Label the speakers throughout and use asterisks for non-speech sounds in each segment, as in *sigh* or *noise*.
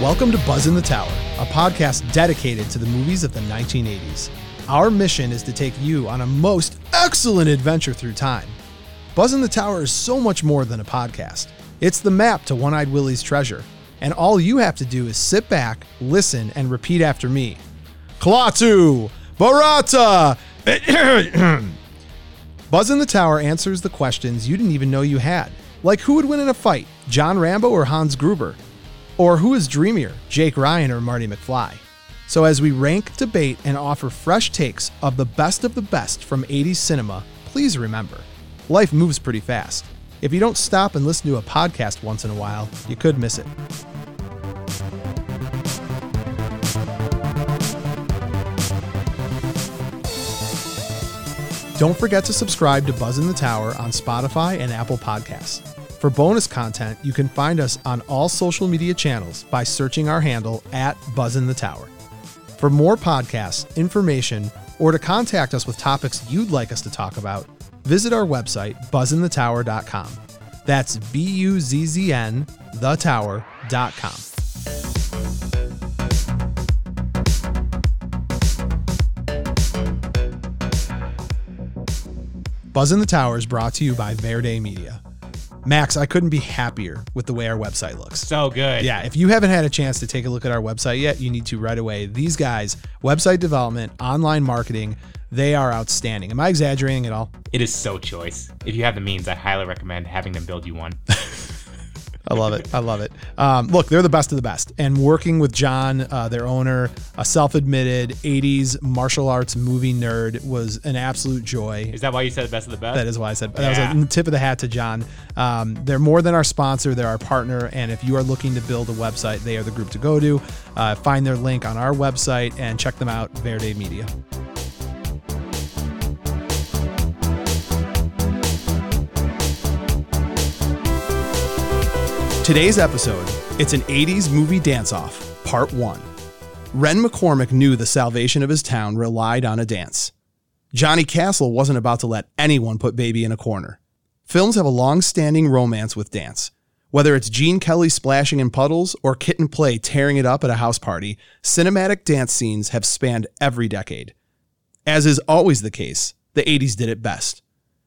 Speaker 1: Welcome to Buzz in the Tower, a podcast dedicated to the movies of the 1980s. Our mission is to take you on a most excellent adventure through time. Buzz in the Tower is so much more than a podcast. It's the map to One Eyed Willie's treasure, and all you have to do is sit back, listen, and repeat after me. Klaatu! Barata! *coughs* Buzz in the Tower answers the questions you didn't even know you had. Like who would win in a fight, John Rambo or Hans Gruber? Or who is dreamier, Jake Ryan or Marty McFly? So as we rank, debate, and offer fresh takes of the best of the best from 80s cinema, please remember, life moves pretty fast. If you don't stop and listen to a podcast once in a while, you could miss it. Don't forget to subscribe to Buzz in the Tower on Spotify and Apple Podcasts. For bonus content, you can find us on all social media channels by searching our handle at Buzz in the Tower. For more podcasts, information, or to contact us with topics you'd like us to talk about, visit our website, buzzinthetower.com. That's B U Z Z N, thetower.com. Buzz in the Tower is brought to you by Verde Media. Max, I couldn't be happier with the way our website looks.
Speaker 2: So good.
Speaker 1: Yeah, if you haven't had a chance to take a look at our website yet, you need to right away. These guys, website development, online marketing, they are outstanding. Am I exaggerating at all?
Speaker 2: It is so choice. If you have the means, I highly recommend having them build
Speaker 1: *laughs*
Speaker 2: you one.
Speaker 1: I love it. I love it. Um, look, they're the best of the best. And working with John, uh, their owner, a self admitted 80s martial arts movie nerd, was an absolute joy.
Speaker 2: Is that why you said the best of the best?
Speaker 1: That is why I said that was
Speaker 2: Yeah.
Speaker 1: a tip of the hat to John. Um, they're more than our sponsor; they're our partner. And if you are looking to build a website, they are the group to go to. Uh, find their link on our website and check them out. Verde Media. Today's episode, it's an 80s movie dance-off, part 1. Ren McCormick knew the salvation of his town relied on a dance. Johnny Castle wasn't about to let anyone put Baby in a corner. Films have a long standing romance with dance. Whether it's Gene Kelly splashing in puddles or Kit and Play tearing it up at a house party, cinematic dance scenes have spanned every decade. As is always the case, the 80s did it best.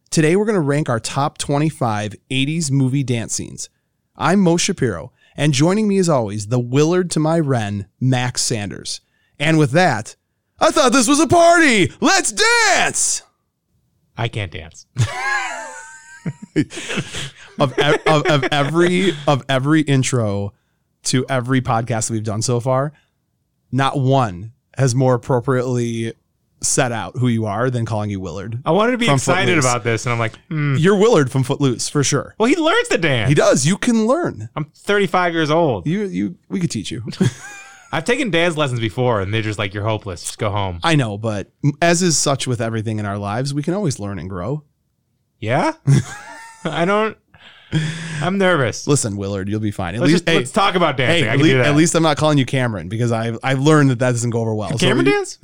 Speaker 1: Today we're going to rank our top 25 80s movie dance scenes. I'm Mo Shapiro, and joining me as always, the Willard to my Wren, Max Sanders. And with that, I thought this was a party! Let's dance!
Speaker 2: I can't dance.
Speaker 1: of, ev- of of every of every intro to every podcast we've done so far, not one has more appropriately set out who you are than calling you Willard.
Speaker 2: I wanted to
Speaker 1: *laughs*
Speaker 2: be
Speaker 1: From
Speaker 2: excited
Speaker 1: Footloose.
Speaker 2: about this, and I'm like, hmm.
Speaker 1: You're Willard from Footloose for sure.
Speaker 2: well, he learns to dance.
Speaker 1: Mm. He does. You can learn.
Speaker 2: I'm 35 years old.
Speaker 1: You you we could teach *laughs* you.
Speaker 2: I've taken dance lessons before, and they're just like, you're hopeless. Just
Speaker 1: *laughs*
Speaker 2: go home.
Speaker 1: I know, but as is such with everything in our lives, we can always learn and grow.
Speaker 2: Yeah? I don't. I'm nervous.
Speaker 1: Listen, Willard, you'll be fine. At
Speaker 2: Let's,
Speaker 1: least
Speaker 2: just, let's talk about
Speaker 1: hey,
Speaker 2: dancing.
Speaker 1: hey,
Speaker 2: I
Speaker 1: at,
Speaker 2: can
Speaker 1: lea-
Speaker 2: do that.
Speaker 1: at least I'm not calling you Cameron because I've I've learned that that doesn't go over well. So
Speaker 2: Cameron
Speaker 1: you-
Speaker 2: dance?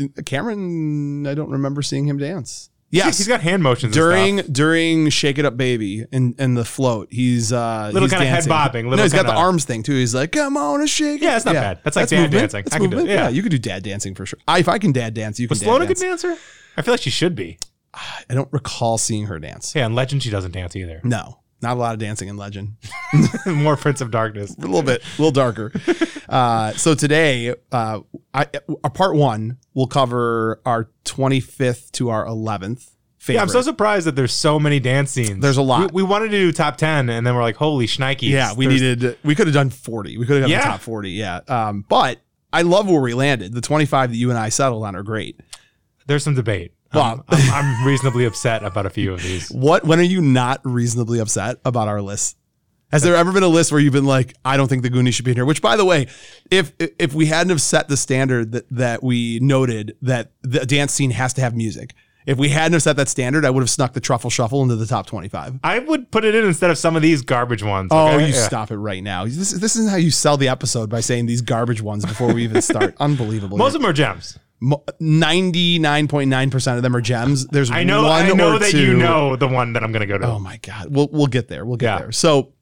Speaker 1: Cameron, I don't remember seeing him dance.
Speaker 2: Yeah,
Speaker 1: Yes,
Speaker 2: He's got hand motions. and
Speaker 1: during during Shake It Up Baby and and the float. He's uh
Speaker 2: Little
Speaker 1: he's
Speaker 2: kinda head
Speaker 1: dancing.
Speaker 2: bobbing,
Speaker 1: no,
Speaker 2: little
Speaker 1: he's got the
Speaker 2: kinda-
Speaker 1: arms thing too. He's like, come on and shake. it."
Speaker 2: Yeah, it's not bad. That's like dad
Speaker 1: movement.
Speaker 2: dancing.
Speaker 1: That's
Speaker 2: I can do it.
Speaker 1: movement. Yeah.
Speaker 2: Yeah.
Speaker 1: you could do dad dancing for sure. I, if I can dad dance, you can.
Speaker 2: stuff.
Speaker 1: Dad
Speaker 2: Was Sloan a good
Speaker 1: dance.
Speaker 2: dancer? I feel like she should be.
Speaker 1: I don't recall seeing her dance.
Speaker 2: Yeah, in Legend, she doesn't
Speaker 1: *laughs*
Speaker 2: dance either.
Speaker 1: No, not a lot of dancing in Legend.
Speaker 2: More Prince of Darkness.
Speaker 1: a little bit, a little
Speaker 2: *laughs*
Speaker 1: darker. Uh, so today, uh, I, uh, part one will cover our 25th to our 11th favorite.
Speaker 2: Yeah, I'm so surprised that there's so many dance scenes.
Speaker 1: There's a lot.
Speaker 2: We, we wanted to do top ten, and then we're like, "Holy shnikes!"
Speaker 1: Yeah, we
Speaker 2: There's-
Speaker 1: needed. We could have done forty. We could have done
Speaker 2: Yeah.
Speaker 1: the top forty. Yeah. Um, but I love where we landed. The twenty-five that you and I settled on are great.
Speaker 2: There's some debate.
Speaker 1: Well-
Speaker 2: Um, *laughs* I'm, I'm reasonably upset about a few of these.
Speaker 1: What? When are you not reasonably upset about our list? Has there ever been a list where you've been like, I don't think the Goonies should be in here? Which, by the way, if if we hadn't have set the standard that that we noted that the dance scene has to have music, if we hadn't have set that standard, I would have snuck the Truffle Shuffle into the top twenty-five.
Speaker 2: I would put it in instead of some of these garbage ones.
Speaker 1: Oh,
Speaker 2: okay?
Speaker 1: you
Speaker 2: Yeah.
Speaker 1: stop it right now! This this is how you sell the episode by saying these garbage ones before we even
Speaker 2: *laughs*
Speaker 1: start. Unbelievable.
Speaker 2: Most of them are gems.
Speaker 1: Ninety-nine point nine percent of them are gems. There's
Speaker 2: I know.
Speaker 1: One
Speaker 2: I know
Speaker 1: or
Speaker 2: that
Speaker 1: two.
Speaker 2: you know the one that I'm going to go to.
Speaker 1: Oh my god. We'll we'll get there. We'll get
Speaker 2: Yeah.
Speaker 1: there. So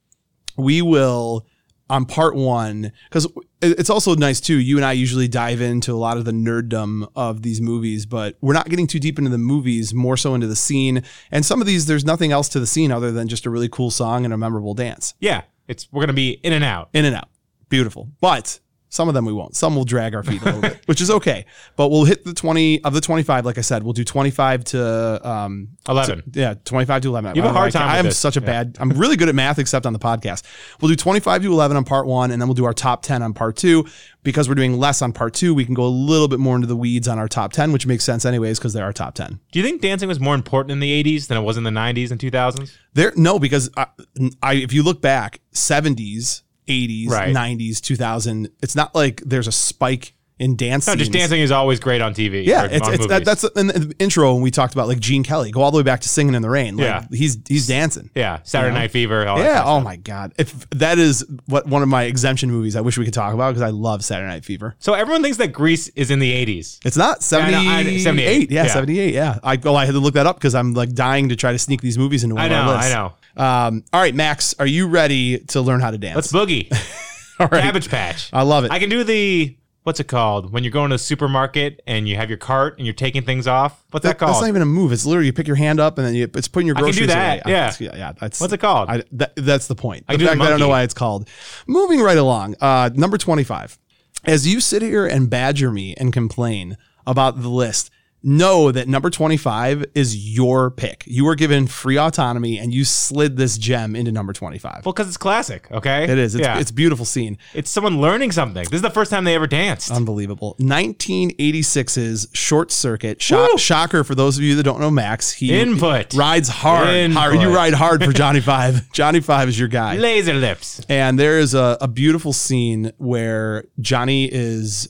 Speaker 1: we will on part one because it's also nice too. You and I usually dive into a lot of the nerddom of these movies, but we're not getting too deep into the movies, more so into the scene. And some of these, there's nothing else to the scene other than just a really cool song and a memorable dance.
Speaker 2: Yeah, it's we're gonna be in and out.
Speaker 1: In and out, beautiful. But some of them we won't. Some will drag our feet a little bit, *laughs* which is okay. But we'll hit the twenty of the twenty-five. Like I said, we'll do twenty-five to um,
Speaker 2: Eleven.
Speaker 1: yeah, 25 to 11.
Speaker 2: You have
Speaker 1: I
Speaker 2: a
Speaker 1: don't know,
Speaker 2: hard
Speaker 1: I can't-
Speaker 2: time
Speaker 1: I
Speaker 2: with
Speaker 1: am
Speaker 2: this.
Speaker 1: such a
Speaker 2: Yeah.
Speaker 1: bad, I'm really good at math except on the podcast. We'll do 25 to 11 on part one, and then we'll do our top 10 on part two. Because we're doing less on part two, we can go a little bit more into the weeds on our top 10, which makes sense anyways, because they're our top 10.
Speaker 2: Do you think dancing was more important in the '80s than it was in the '90s and 2000s?
Speaker 1: There, no, because I, I, if you look back, 70s, 80s,
Speaker 2: Right.
Speaker 1: 90s, 2000, it's not like there's a spike in dance.
Speaker 2: No, just
Speaker 1: scenes.
Speaker 2: dancing is always great on TV.
Speaker 1: Yeah,
Speaker 2: or
Speaker 1: it's,
Speaker 2: on
Speaker 1: it's that,
Speaker 2: movies.
Speaker 1: that's in the intro when we talked about like Gene Kelly. Go all the way back to Singing in the Rain. Like,
Speaker 2: Yeah.
Speaker 1: he's he's dancing.
Speaker 2: yeah. Saturday Night Fever. All
Speaker 1: Yeah.
Speaker 2: That
Speaker 1: Oh my God. If that is what one of my exemption movies, I wish we could talk about because I love Saturday Night Fever.
Speaker 2: so everyone thinks that Grease is in the '80s.
Speaker 1: It's not
Speaker 2: I know, I-
Speaker 1: 78.
Speaker 2: 78,
Speaker 1: Yeah,
Speaker 2: yeah.
Speaker 1: 78. Yeah. I well, I had to look that up because I'm like dying to try to sneak these movies into one
Speaker 2: I
Speaker 1: of
Speaker 2: know.
Speaker 1: our lists.
Speaker 2: I know.
Speaker 1: Um, all right, Max, are you ready to learn how to dance?
Speaker 2: Let's boogie.
Speaker 1: *laughs* all right.
Speaker 2: Cabbage Patch.
Speaker 1: I love it.
Speaker 2: I can do the what's it called when you're going to the supermarket and you have your cart and you're taking things off. What's that,
Speaker 1: That's
Speaker 2: called?
Speaker 1: not even a move. It's literally you pick your hand up and then you, it's putting your
Speaker 2: I can
Speaker 1: groceries
Speaker 2: do that,
Speaker 1: away.
Speaker 2: yeah.
Speaker 1: yeah, yeah. That's
Speaker 2: what's it called?
Speaker 1: I, that, that's the point.
Speaker 2: I
Speaker 1: In
Speaker 2: do the
Speaker 1: fact, I don't know
Speaker 2: monkey.
Speaker 1: why it's called. Moving right along, uh, number 25. As you sit here and badger me and complain about the list, know that number 25 is your pick. You were given free autonomy and you slid this gem into number 25.
Speaker 2: well, because it's classic. Okay.
Speaker 1: It is. It's,
Speaker 2: yeah.
Speaker 1: it's a beautiful scene.
Speaker 2: It's someone learning something. This is the first time they ever danced.
Speaker 1: Uh, Unbelievable. 1986's Short Circuit. Shock,
Speaker 2: Woo!
Speaker 1: shocker for those of you that don't know Max. He
Speaker 2: Input.
Speaker 1: rides hard. Hard- You
Speaker 2: Input.
Speaker 1: ride hard for
Speaker 2: *laughs*
Speaker 1: Johnny Five. Johnny Five is your guy.
Speaker 2: Laser lips.
Speaker 1: And there is a, a beautiful scene where Johnny is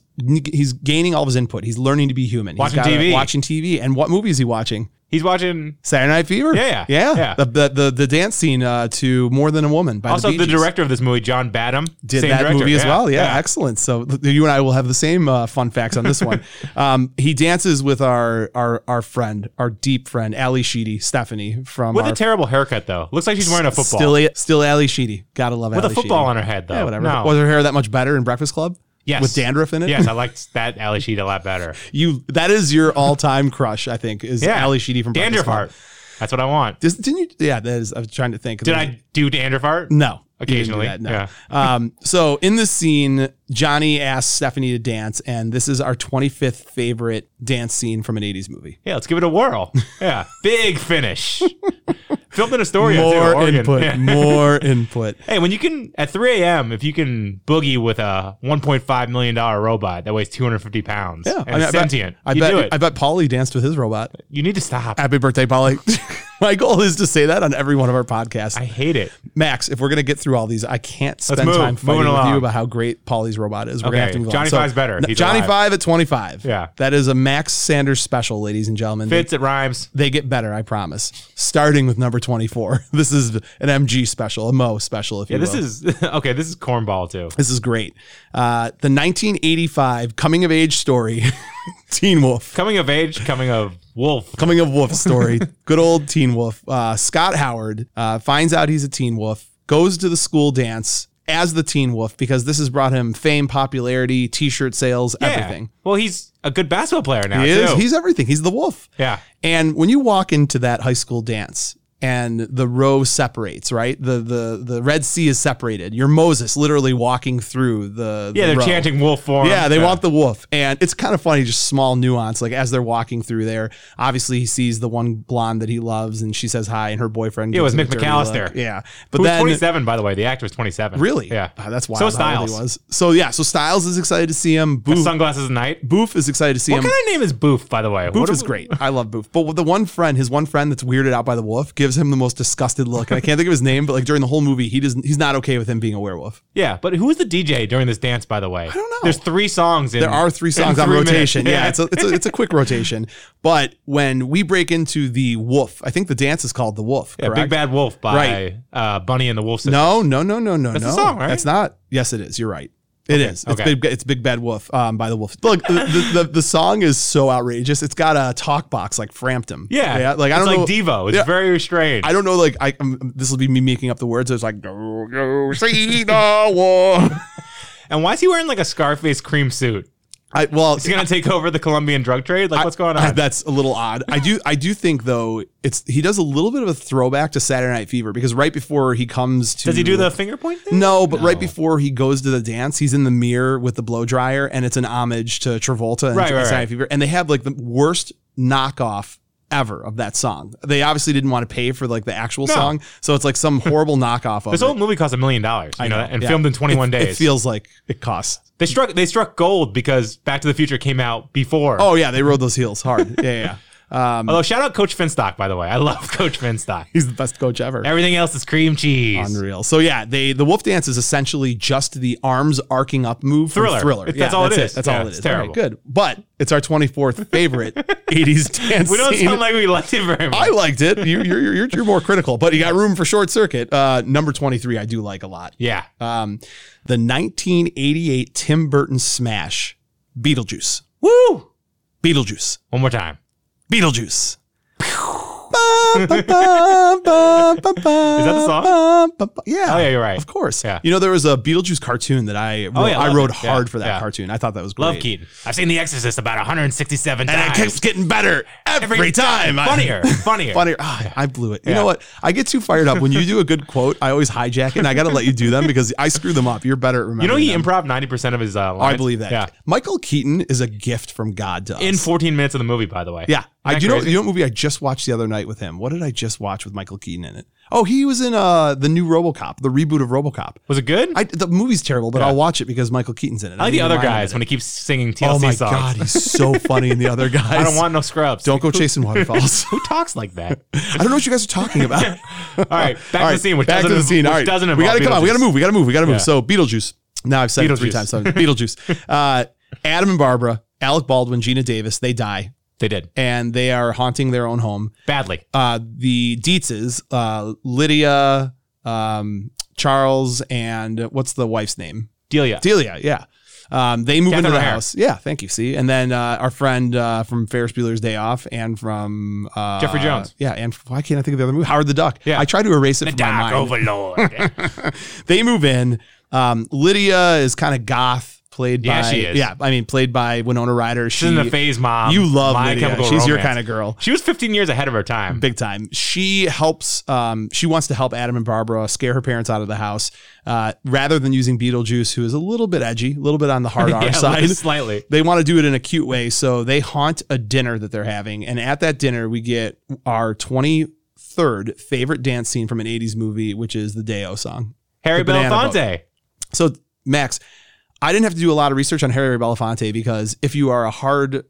Speaker 1: he's gaining all of his input. He's learning to be human. He's
Speaker 2: Watching
Speaker 1: got a-
Speaker 2: TV.
Speaker 1: watching TV. And what movie is he watching?
Speaker 2: He's watching.
Speaker 1: Saturday Night Fever.
Speaker 2: Yeah,
Speaker 1: yeah.
Speaker 2: yeah.
Speaker 1: The, the the the dance scene uh, to More Than a Woman by
Speaker 2: Also,
Speaker 1: the, Bee
Speaker 2: the
Speaker 1: Gees
Speaker 2: director of this movie, John Badham,
Speaker 1: did
Speaker 2: same
Speaker 1: that
Speaker 2: director.
Speaker 1: movie as well. Yeah, excellent. So th- you and I will have the same uh, fun facts on this
Speaker 2: *laughs*
Speaker 1: one. um, he dances with our our our friend, our deep friend, Ali Sheedy, Stephanie from
Speaker 2: With
Speaker 1: our
Speaker 2: a terrible haircut, though. Looks like she's wearing a football.
Speaker 1: still still Ali Sheedy. Gotta love
Speaker 2: with a
Speaker 1: Ali
Speaker 2: football
Speaker 1: Sheedy.
Speaker 2: on her head, though.
Speaker 1: Yeah, whatever.
Speaker 2: No.
Speaker 1: Was her hair that much better in Breakfast Club?
Speaker 2: Yes.
Speaker 1: With dandruff in it?
Speaker 2: yes, I liked that Ali Sheed a lot
Speaker 1: *laughs*
Speaker 2: better.
Speaker 1: You that is your all time crush, I think, is
Speaker 2: Yeah.
Speaker 1: Ali Sheedy from Breakfast
Speaker 2: Dandruff
Speaker 1: Club.
Speaker 2: art. That's what I want.
Speaker 1: Dis- didn't you yeah, that is I was trying to think.
Speaker 2: Did I do dandruff art?
Speaker 1: No. you didn't do
Speaker 2: Occasionally,
Speaker 1: that, no. um, so in this scene, Johnny asks Stephanie to dance, and this is our 25th favorite dance scene from an 80s movie.
Speaker 2: Yeah, let's give it a whirl. Yeah,
Speaker 1: *laughs*
Speaker 2: big finish. Filmed in Astoria. too,
Speaker 1: More
Speaker 2: Oregon.
Speaker 1: input.
Speaker 2: *laughs* Yeah.
Speaker 1: More input.
Speaker 2: Hey, when you can at 3 a.m. if you can boogie with a 1.5 million dollar robot that weighs 250 pounds
Speaker 1: Yeah.
Speaker 2: and is
Speaker 1: I bet-
Speaker 2: sentient,
Speaker 1: I
Speaker 2: you
Speaker 1: bet,
Speaker 2: do it.
Speaker 1: I bet Paulie danced with his robot.
Speaker 2: you need to stop.
Speaker 1: Happy birthday, Polly. *laughs* My goal is to say that on every one of our podcasts.
Speaker 2: I hate it.
Speaker 1: Max, if we're gonna get through all these, I can't spend
Speaker 2: move.
Speaker 1: time fighting
Speaker 2: Moving
Speaker 1: with you
Speaker 2: along.
Speaker 1: about how great Polly's robot is. We're gonna
Speaker 2: Okay.
Speaker 1: have to move
Speaker 2: Johnny
Speaker 1: on. So,
Speaker 2: Five's better.
Speaker 1: n-
Speaker 2: He's
Speaker 1: Johnny
Speaker 2: alive.
Speaker 1: Five at twenty five.
Speaker 2: Yeah.
Speaker 1: that is a Max Sanders special, ladies and gentlemen. They,
Speaker 2: Fits it rhymes.
Speaker 1: they get better, I promise. Starting with number twenty four. *laughs* This is an MG special, a Mo special, if
Speaker 2: Yeah,
Speaker 1: you
Speaker 2: this
Speaker 1: will.
Speaker 2: is *laughs* okay. This is cornball too.
Speaker 1: this is great. Uh, the nineteen eighty five coming of age story, *laughs* Teen Wolf.
Speaker 2: Coming of age, coming of wolf.
Speaker 1: Coming of Wolf
Speaker 2: *laughs*
Speaker 1: story. Good old Teen Wolf. Uh, Scott Howard uh, finds out he's a Teen Wolf, goes to the school dance as the Teen Wolf because this has brought him fame, popularity, T-shirt sales,
Speaker 2: Yeah.
Speaker 1: everything.
Speaker 2: Well, he's a good basketball player now
Speaker 1: He
Speaker 2: too.
Speaker 1: is. He's everything. He's the Wolf.
Speaker 2: yeah.
Speaker 1: And when you walk into that high school dance and the row separates, right? The the the Red Sea is separated. You're Moses literally walking through the, the
Speaker 2: Yeah, they're
Speaker 1: row.
Speaker 2: chanting wolf form.
Speaker 1: Yeah, they want the wolf. And it's kind of funny, just small nuance. Like as they're walking through there, obviously he sees the one blonde that he loves and she says hi and her boyfriend.
Speaker 2: Yeah, it
Speaker 1: gives
Speaker 2: was
Speaker 1: him a
Speaker 2: Mick
Speaker 1: dirty look.
Speaker 2: McAllister.
Speaker 1: Yeah. But
Speaker 2: Who was
Speaker 1: then
Speaker 2: 27, by the way. The actor was 27.
Speaker 1: really?
Speaker 2: Yeah.
Speaker 1: Wow, that's wild.
Speaker 2: So
Speaker 1: how old he
Speaker 2: Styles.
Speaker 1: was. So yeah, so Styles is excited to see him. Boof,
Speaker 2: Sunglasses at night.
Speaker 1: Boof is excited to see
Speaker 2: What
Speaker 1: him.
Speaker 2: kind of name is Boof, by the way?
Speaker 1: Boof is great. I love Boof. But the one friend, his one friend that's weirded out by the wolf, gives him the most disgusted look. And I can't think of his name, but like during the whole movie, he doesn't. He's not okay with him being a werewolf.
Speaker 2: Yeah, but who was the DJ during this dance, by the way? I
Speaker 1: don't know.
Speaker 2: There's three songs. In,
Speaker 1: There are three
Speaker 2: in
Speaker 1: songs on
Speaker 2: three
Speaker 1: rotation.
Speaker 2: minutes.
Speaker 1: Yeah, it's a it's a, it's
Speaker 2: *laughs*
Speaker 1: a quick rotation. But when we break into the Wolf, I think the dance is called the Wolf.
Speaker 2: Yeah,
Speaker 1: correct?
Speaker 2: Big Bad Wolf by
Speaker 1: Right.
Speaker 2: uh, Bunny and the Wolf Sisters.
Speaker 1: No, no, no, no, no,
Speaker 2: That's
Speaker 1: no.
Speaker 2: the song, right?
Speaker 1: That's not. Yes, it is. You're right. It is. It's
Speaker 2: okay.
Speaker 1: big. It's Big Bad Wolf um, by the Wolf. Look, the, the, the, the song is so outrageous. It's got a talk box like Frampton.
Speaker 2: Yeah.
Speaker 1: Like I
Speaker 2: it's
Speaker 1: don't know.
Speaker 2: like Devo. It's
Speaker 1: Yeah.
Speaker 2: very restrained.
Speaker 1: I don't know. Like I, um, this will be me making up the words. It's like do you see the
Speaker 2: *laughs*
Speaker 1: war?
Speaker 2: and why is he wearing like a Scarface cream suit?
Speaker 1: I well,
Speaker 2: Is he going to take over the Colombian drug trade? Like, what's going on?
Speaker 1: I- *laughs* that's a little odd. I do I do think though it's he does a little bit of a throwback to Saturday Night Fever because right before he comes to
Speaker 2: Does he do the finger point thing?
Speaker 1: No, but right
Speaker 2: No.
Speaker 1: before he goes to the dance, he's in the mirror with the blow dryer and it's an homage to Travolta and
Speaker 2: Right, right,
Speaker 1: Saturday Night
Speaker 2: right.
Speaker 1: Fever and they have like the worst knockoff ever of that song. They obviously didn't want to pay for like the actual
Speaker 2: No.
Speaker 1: song, so it's like
Speaker 2: *laughs*
Speaker 1: some horrible knockoff of
Speaker 2: This
Speaker 1: it.
Speaker 2: whole movie cost a million dollars, you know,
Speaker 1: know,
Speaker 2: that, *laughs* and
Speaker 1: yeah.
Speaker 2: filmed in 21
Speaker 1: It
Speaker 2: days.
Speaker 1: feels like it costs.
Speaker 2: they struck they struck gold because Back to the Future came out before.
Speaker 1: Oh yeah, they rode those heels hard. Yeah, yeah. yeah. Um,
Speaker 2: Although shout out Coach Finstock, by the way, I love *laughs* Coach Finstock.
Speaker 1: *laughs* he's the best coach ever.
Speaker 2: Everything else is cream cheese.
Speaker 1: Unreal. So yeah, they the wolf dance is essentially just the arms arcing up move from
Speaker 2: Thriller.
Speaker 1: Thriller.
Speaker 2: It's-
Speaker 1: Yeah,
Speaker 2: that's all it is.
Speaker 1: That's
Speaker 2: Yeah,
Speaker 1: all it
Speaker 2: it's
Speaker 1: is. All right,
Speaker 2: terrible.
Speaker 1: good, but it's our twenty
Speaker 2: *laughs*
Speaker 1: fourth favorite eighties dance.
Speaker 2: We don't
Speaker 1: scene.
Speaker 2: sound like we liked it very much.
Speaker 1: I liked it. You, you're, you're you're more critical, but you got room for short circuit. Uh, number twenty three, I do like a lot.
Speaker 2: yeah.
Speaker 1: Um, the nineteen eighty eight Tim Burton smash, Beetlejuice,
Speaker 2: Woo!
Speaker 1: Beetlejuice,
Speaker 2: One more time.
Speaker 1: Beetlejuice. Is that
Speaker 2: Is that the song?
Speaker 1: Yeah.
Speaker 2: Oh yeah, you're right.
Speaker 1: Of course.
Speaker 2: Yeah. Oh,
Speaker 1: You know, there was a Beetlejuice cartoon that I wrote,
Speaker 2: yeah,
Speaker 1: I
Speaker 2: love
Speaker 1: rode
Speaker 2: it. Yeah,
Speaker 1: hard for that
Speaker 2: yeah.
Speaker 1: cartoon. I thought that was great.
Speaker 2: Love Keaton. I've seen The Exorcist about 167
Speaker 1: And it
Speaker 2: times.
Speaker 1: keeps getting better every, time. I- *laughs*
Speaker 2: Funnier. Funnier.
Speaker 1: Funnier. Ah, I blew it. You
Speaker 2: Yeah.
Speaker 1: know what? I get too fired up when you do a good quote. I always hijack it, and I got to let you do them because I screw them up. You're better at
Speaker 2: You know
Speaker 1: remembering.
Speaker 2: he
Speaker 1: them.
Speaker 2: improv 90% of his uh, lines.
Speaker 1: I believe that.
Speaker 2: Yeah.
Speaker 1: Michael Keaton is a gift from God to us.
Speaker 2: In 14 minutes of the movie, by the way.
Speaker 1: yeah, I
Speaker 2: that
Speaker 1: do know.
Speaker 2: crazy?
Speaker 1: You know, what movie I just watched the other night with him. What did I just watch with Michael Keaton in it? Oh, he was in uh the new RoboCop, the reboot of RoboCop.
Speaker 2: Was it good? I,
Speaker 1: I, the movie's terrible, but
Speaker 2: Yeah.
Speaker 1: I'll watch it because Michael Keaton's in it. I
Speaker 2: like
Speaker 1: need
Speaker 2: the
Speaker 1: to
Speaker 2: other
Speaker 1: remind him
Speaker 2: guys
Speaker 1: of
Speaker 2: when he keeps singing
Speaker 1: it.
Speaker 2: TLC
Speaker 1: oh my
Speaker 2: songs.
Speaker 1: god, he's so funny in the other guys.
Speaker 2: *laughs* I don't want no scrubs.
Speaker 1: Don't go
Speaker 2: *laughs*
Speaker 1: chasing waterfalls.
Speaker 2: Who talks like
Speaker 1: *laughs*
Speaker 2: that?
Speaker 1: I don't know what you guys are talking about.
Speaker 2: All right, *laughs* back
Speaker 1: All
Speaker 2: to
Speaker 1: right,
Speaker 2: the scene. Which
Speaker 1: back to
Speaker 2: doesn't
Speaker 1: the scene.
Speaker 2: Which
Speaker 1: All right,
Speaker 2: doesn't
Speaker 1: we
Speaker 2: involve
Speaker 1: gotta come on. We gotta
Speaker 2: Beetlejuice.
Speaker 1: move. We gotta move. We gotta move.
Speaker 2: Yeah.
Speaker 1: So Beetlejuice. Now I've said it three
Speaker 2: Beetlejuice. *laughs*
Speaker 1: times. so Beetlejuice. Uh, Adam and Barbara, Alec Baldwin, Gina Davis, they die
Speaker 2: They did
Speaker 1: and they are haunting their own home.
Speaker 2: badly.
Speaker 1: Uh, the Dietzes, uh, Lydia, um, Charles, and what's the wife's name?
Speaker 2: Delia.
Speaker 1: Delia, yeah. Um, they move
Speaker 2: Catherine
Speaker 1: into the
Speaker 2: O'Hara.
Speaker 1: house. Yeah, thank you. See, and then uh, our friend uh, from Ferris Bueller's Day Off and from uh,
Speaker 2: Jeffrey Jones.
Speaker 1: Yeah, and f- why can't I think of the other movie? Howard the Duck.
Speaker 2: Yeah.
Speaker 1: I try to erase it
Speaker 2: the
Speaker 1: from my
Speaker 2: Dark
Speaker 1: mind. *laughs*
Speaker 2: Overlord.
Speaker 1: They move in. Um, Lydia is kind of goth, played
Speaker 2: Yeah,
Speaker 1: by
Speaker 2: she is.
Speaker 1: yeah. I mean, played by Winona Ryder.
Speaker 2: She's in the phase mom.
Speaker 1: you love
Speaker 2: My
Speaker 1: Lydia.
Speaker 2: Chemical
Speaker 1: She's your
Speaker 2: Romance.
Speaker 1: kind of girl.
Speaker 2: She was 15 years ahead of her time.
Speaker 1: Big time. She helps. Um, she wants to help Adam and Barbara scare her parents out of the house, uh, rather than using Beetlejuice, who is a little bit edgy, a little bit on the hard R
Speaker 2: Yeah, *laughs*
Speaker 1: side.
Speaker 2: slightly.
Speaker 1: They want to do it in a cute way, so they haunt a dinner that they're having, and at that dinner we get our twenty third favorite dance scene from an 80s movie, which is the Deo song.
Speaker 2: Harry
Speaker 1: The banana
Speaker 2: Belafonte.
Speaker 1: So, Max, I didn't have to do a lot of research on Harry Belafonte because if you are a hardcore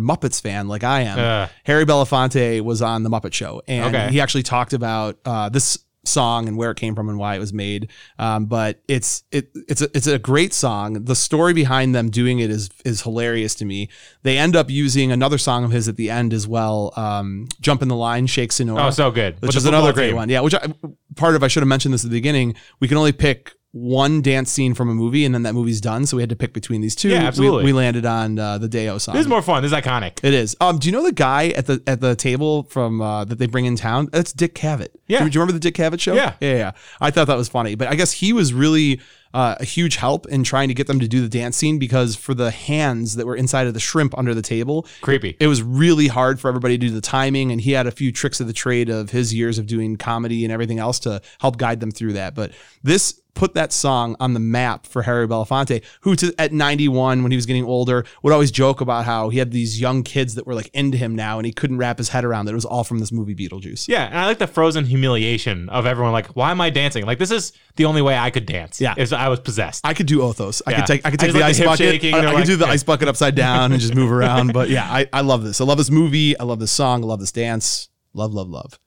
Speaker 1: Muppets fan like I am,
Speaker 2: Ugh.
Speaker 1: Harry Belafonte was on The Muppet Show, and
Speaker 2: Okay.
Speaker 1: he actually talked about uh, this song and where it came from and why it was made. Um, but it's it it's a, it's a great song. The story behind them doing it is is hilarious to me. They end up using another song of his at the end as well. Um, Jump in the line, Shake Sonora
Speaker 2: Oh, so good. With
Speaker 1: Uh-huh. which
Speaker 2: the
Speaker 1: is another
Speaker 2: football
Speaker 1: great
Speaker 2: team.
Speaker 1: one. Yeah, which I, part of I should have mentioned this at the beginning. We can only pick one dance scene from a movie, and then that movie's done. So we had to pick between these two.
Speaker 2: Yeah,
Speaker 1: We-
Speaker 2: absolutely.
Speaker 1: We, landed on uh, the Deo song.
Speaker 2: This is more fun. This is iconic.
Speaker 1: it is. Um, do you know the guy at the at the table from uh, that they bring in town? That's Dick Cavett.
Speaker 2: Yeah.
Speaker 1: Do you, do you remember the Dick Cavett show?
Speaker 2: Yeah.
Speaker 1: yeah, yeah. I thought that was funny, but I guess he was really uh, a huge help in trying to get them to do the dance scene because for the hands that were inside of the shrimp under the table,
Speaker 2: Creepy.
Speaker 1: it was really hard for everybody to do the timing and he had a few tricks of the trade of his years of doing comedy and everything else to help guide them through that but this put that song on the map for harry belafonte who to, at 91 when he was getting older would always joke about how he had these young kids that were like into him now and he couldn't wrap his head around that it was all from this movie beetlejuice
Speaker 2: Yeah, and I like the frozen humiliation of everyone. Like, why am I dancing? Like, this is the only way I could dance.
Speaker 1: Yeah.
Speaker 2: is I was possessed.
Speaker 1: I could do Othos. I
Speaker 2: Yeah.
Speaker 1: could take I could
Speaker 2: I
Speaker 1: take
Speaker 2: just
Speaker 1: the
Speaker 2: like
Speaker 1: ice
Speaker 2: the hip
Speaker 1: bucket.
Speaker 2: shaking,
Speaker 1: I,
Speaker 2: they're
Speaker 1: I could do the
Speaker 2: like- *laughs*
Speaker 1: ice bucket upside down and just move around. But yeah, I, I love this. I love this movie. I love this song. I love this dance. Love, love, love.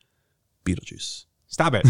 Speaker 1: Beetlejuice. *laughs*
Speaker 2: Stop it.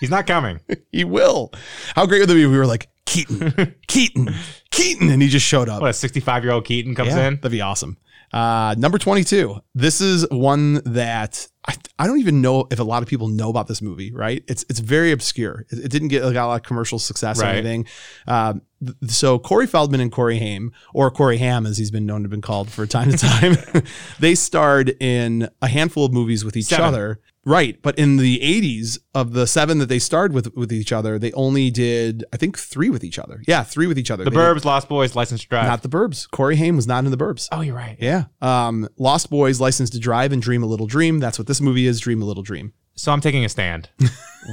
Speaker 2: He's not coming.
Speaker 1: He will. How great would it be if we were like Keaton, Keaton, Keaton, and he just showed up.
Speaker 2: What a 65 year old Keaton comes
Speaker 1: Yeah,
Speaker 2: in.
Speaker 1: That'd be awesome. Uh, number 22. This is one that I, I don't even know if a lot of people know about this movie, right? It's it's very obscure. It, it didn't get like, a lot of commercial success or
Speaker 2: Right.
Speaker 1: anything. Um, th- so Corey Feldman and Corey Haim, or Corey Ham as he's been known to have been called for time to time, *laughs* they starred in a handful of movies with each
Speaker 2: Seven.
Speaker 1: other. Right, but in the 80s of the seven that they starred with with each other, they only did I think three with each other. Yeah, three with each other.
Speaker 2: The
Speaker 1: They did-
Speaker 2: Burbs, Lost Boys, License to Drive.
Speaker 1: not the Burbs. Corey Haim was not in the Burbs.
Speaker 2: oh, you're right.
Speaker 1: Yeah. Um, Lost Boys, License to Drive, and Dream a Little Dream. That's what this movie is Dream a Little Dream.
Speaker 2: So I'm taking a
Speaker 1: *laughs*
Speaker 2: stand.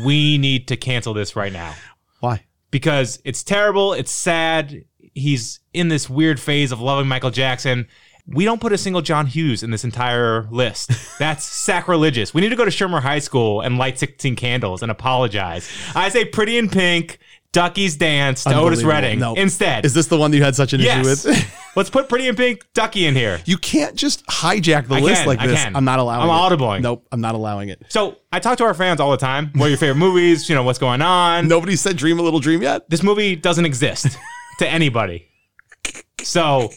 Speaker 2: we need to cancel this right now
Speaker 1: Why?
Speaker 2: because it's terrible. It's sad. He's in this weird phase of loving Michael Jackson. We don't put a single John Hughes in this entire list.
Speaker 1: *laughs*
Speaker 2: That's sacrilegious. We need to go to Shermer High School and light 16 candles and apologize. I say Pretty in Pink, Ducky's Dance to Otis
Speaker 1: Unbelievable.
Speaker 2: Redding
Speaker 1: No.
Speaker 2: instead.
Speaker 1: Is this the one that you had such an
Speaker 2: yes.
Speaker 1: issue with? *laughs*
Speaker 2: Let's put Pretty in Pink, Ducky in here.
Speaker 1: you can't just hijack the
Speaker 2: I
Speaker 1: list
Speaker 2: can,
Speaker 1: like
Speaker 2: I
Speaker 1: this.
Speaker 2: can.
Speaker 1: I'm not allowing
Speaker 2: I'm
Speaker 1: it.
Speaker 2: audibling.
Speaker 1: Nope. I'm not allowing it.
Speaker 2: So I talk to our fans all the time. What are your favorite movies? You know, what's going on?
Speaker 1: Nobody said Dream a Little Dream yet.
Speaker 2: This movie
Speaker 1: *laughs*
Speaker 2: doesn't exist to anybody. So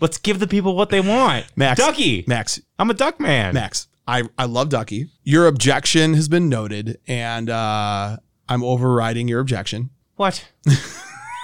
Speaker 2: let's give the people what they want.
Speaker 1: Max.
Speaker 2: Ducky.
Speaker 1: Max,
Speaker 2: I'm a duck man.
Speaker 1: Max, I, I love Ducky. Your objection has been noted, and uh, I'm overriding your objection. *laughs*
Speaker 2: What?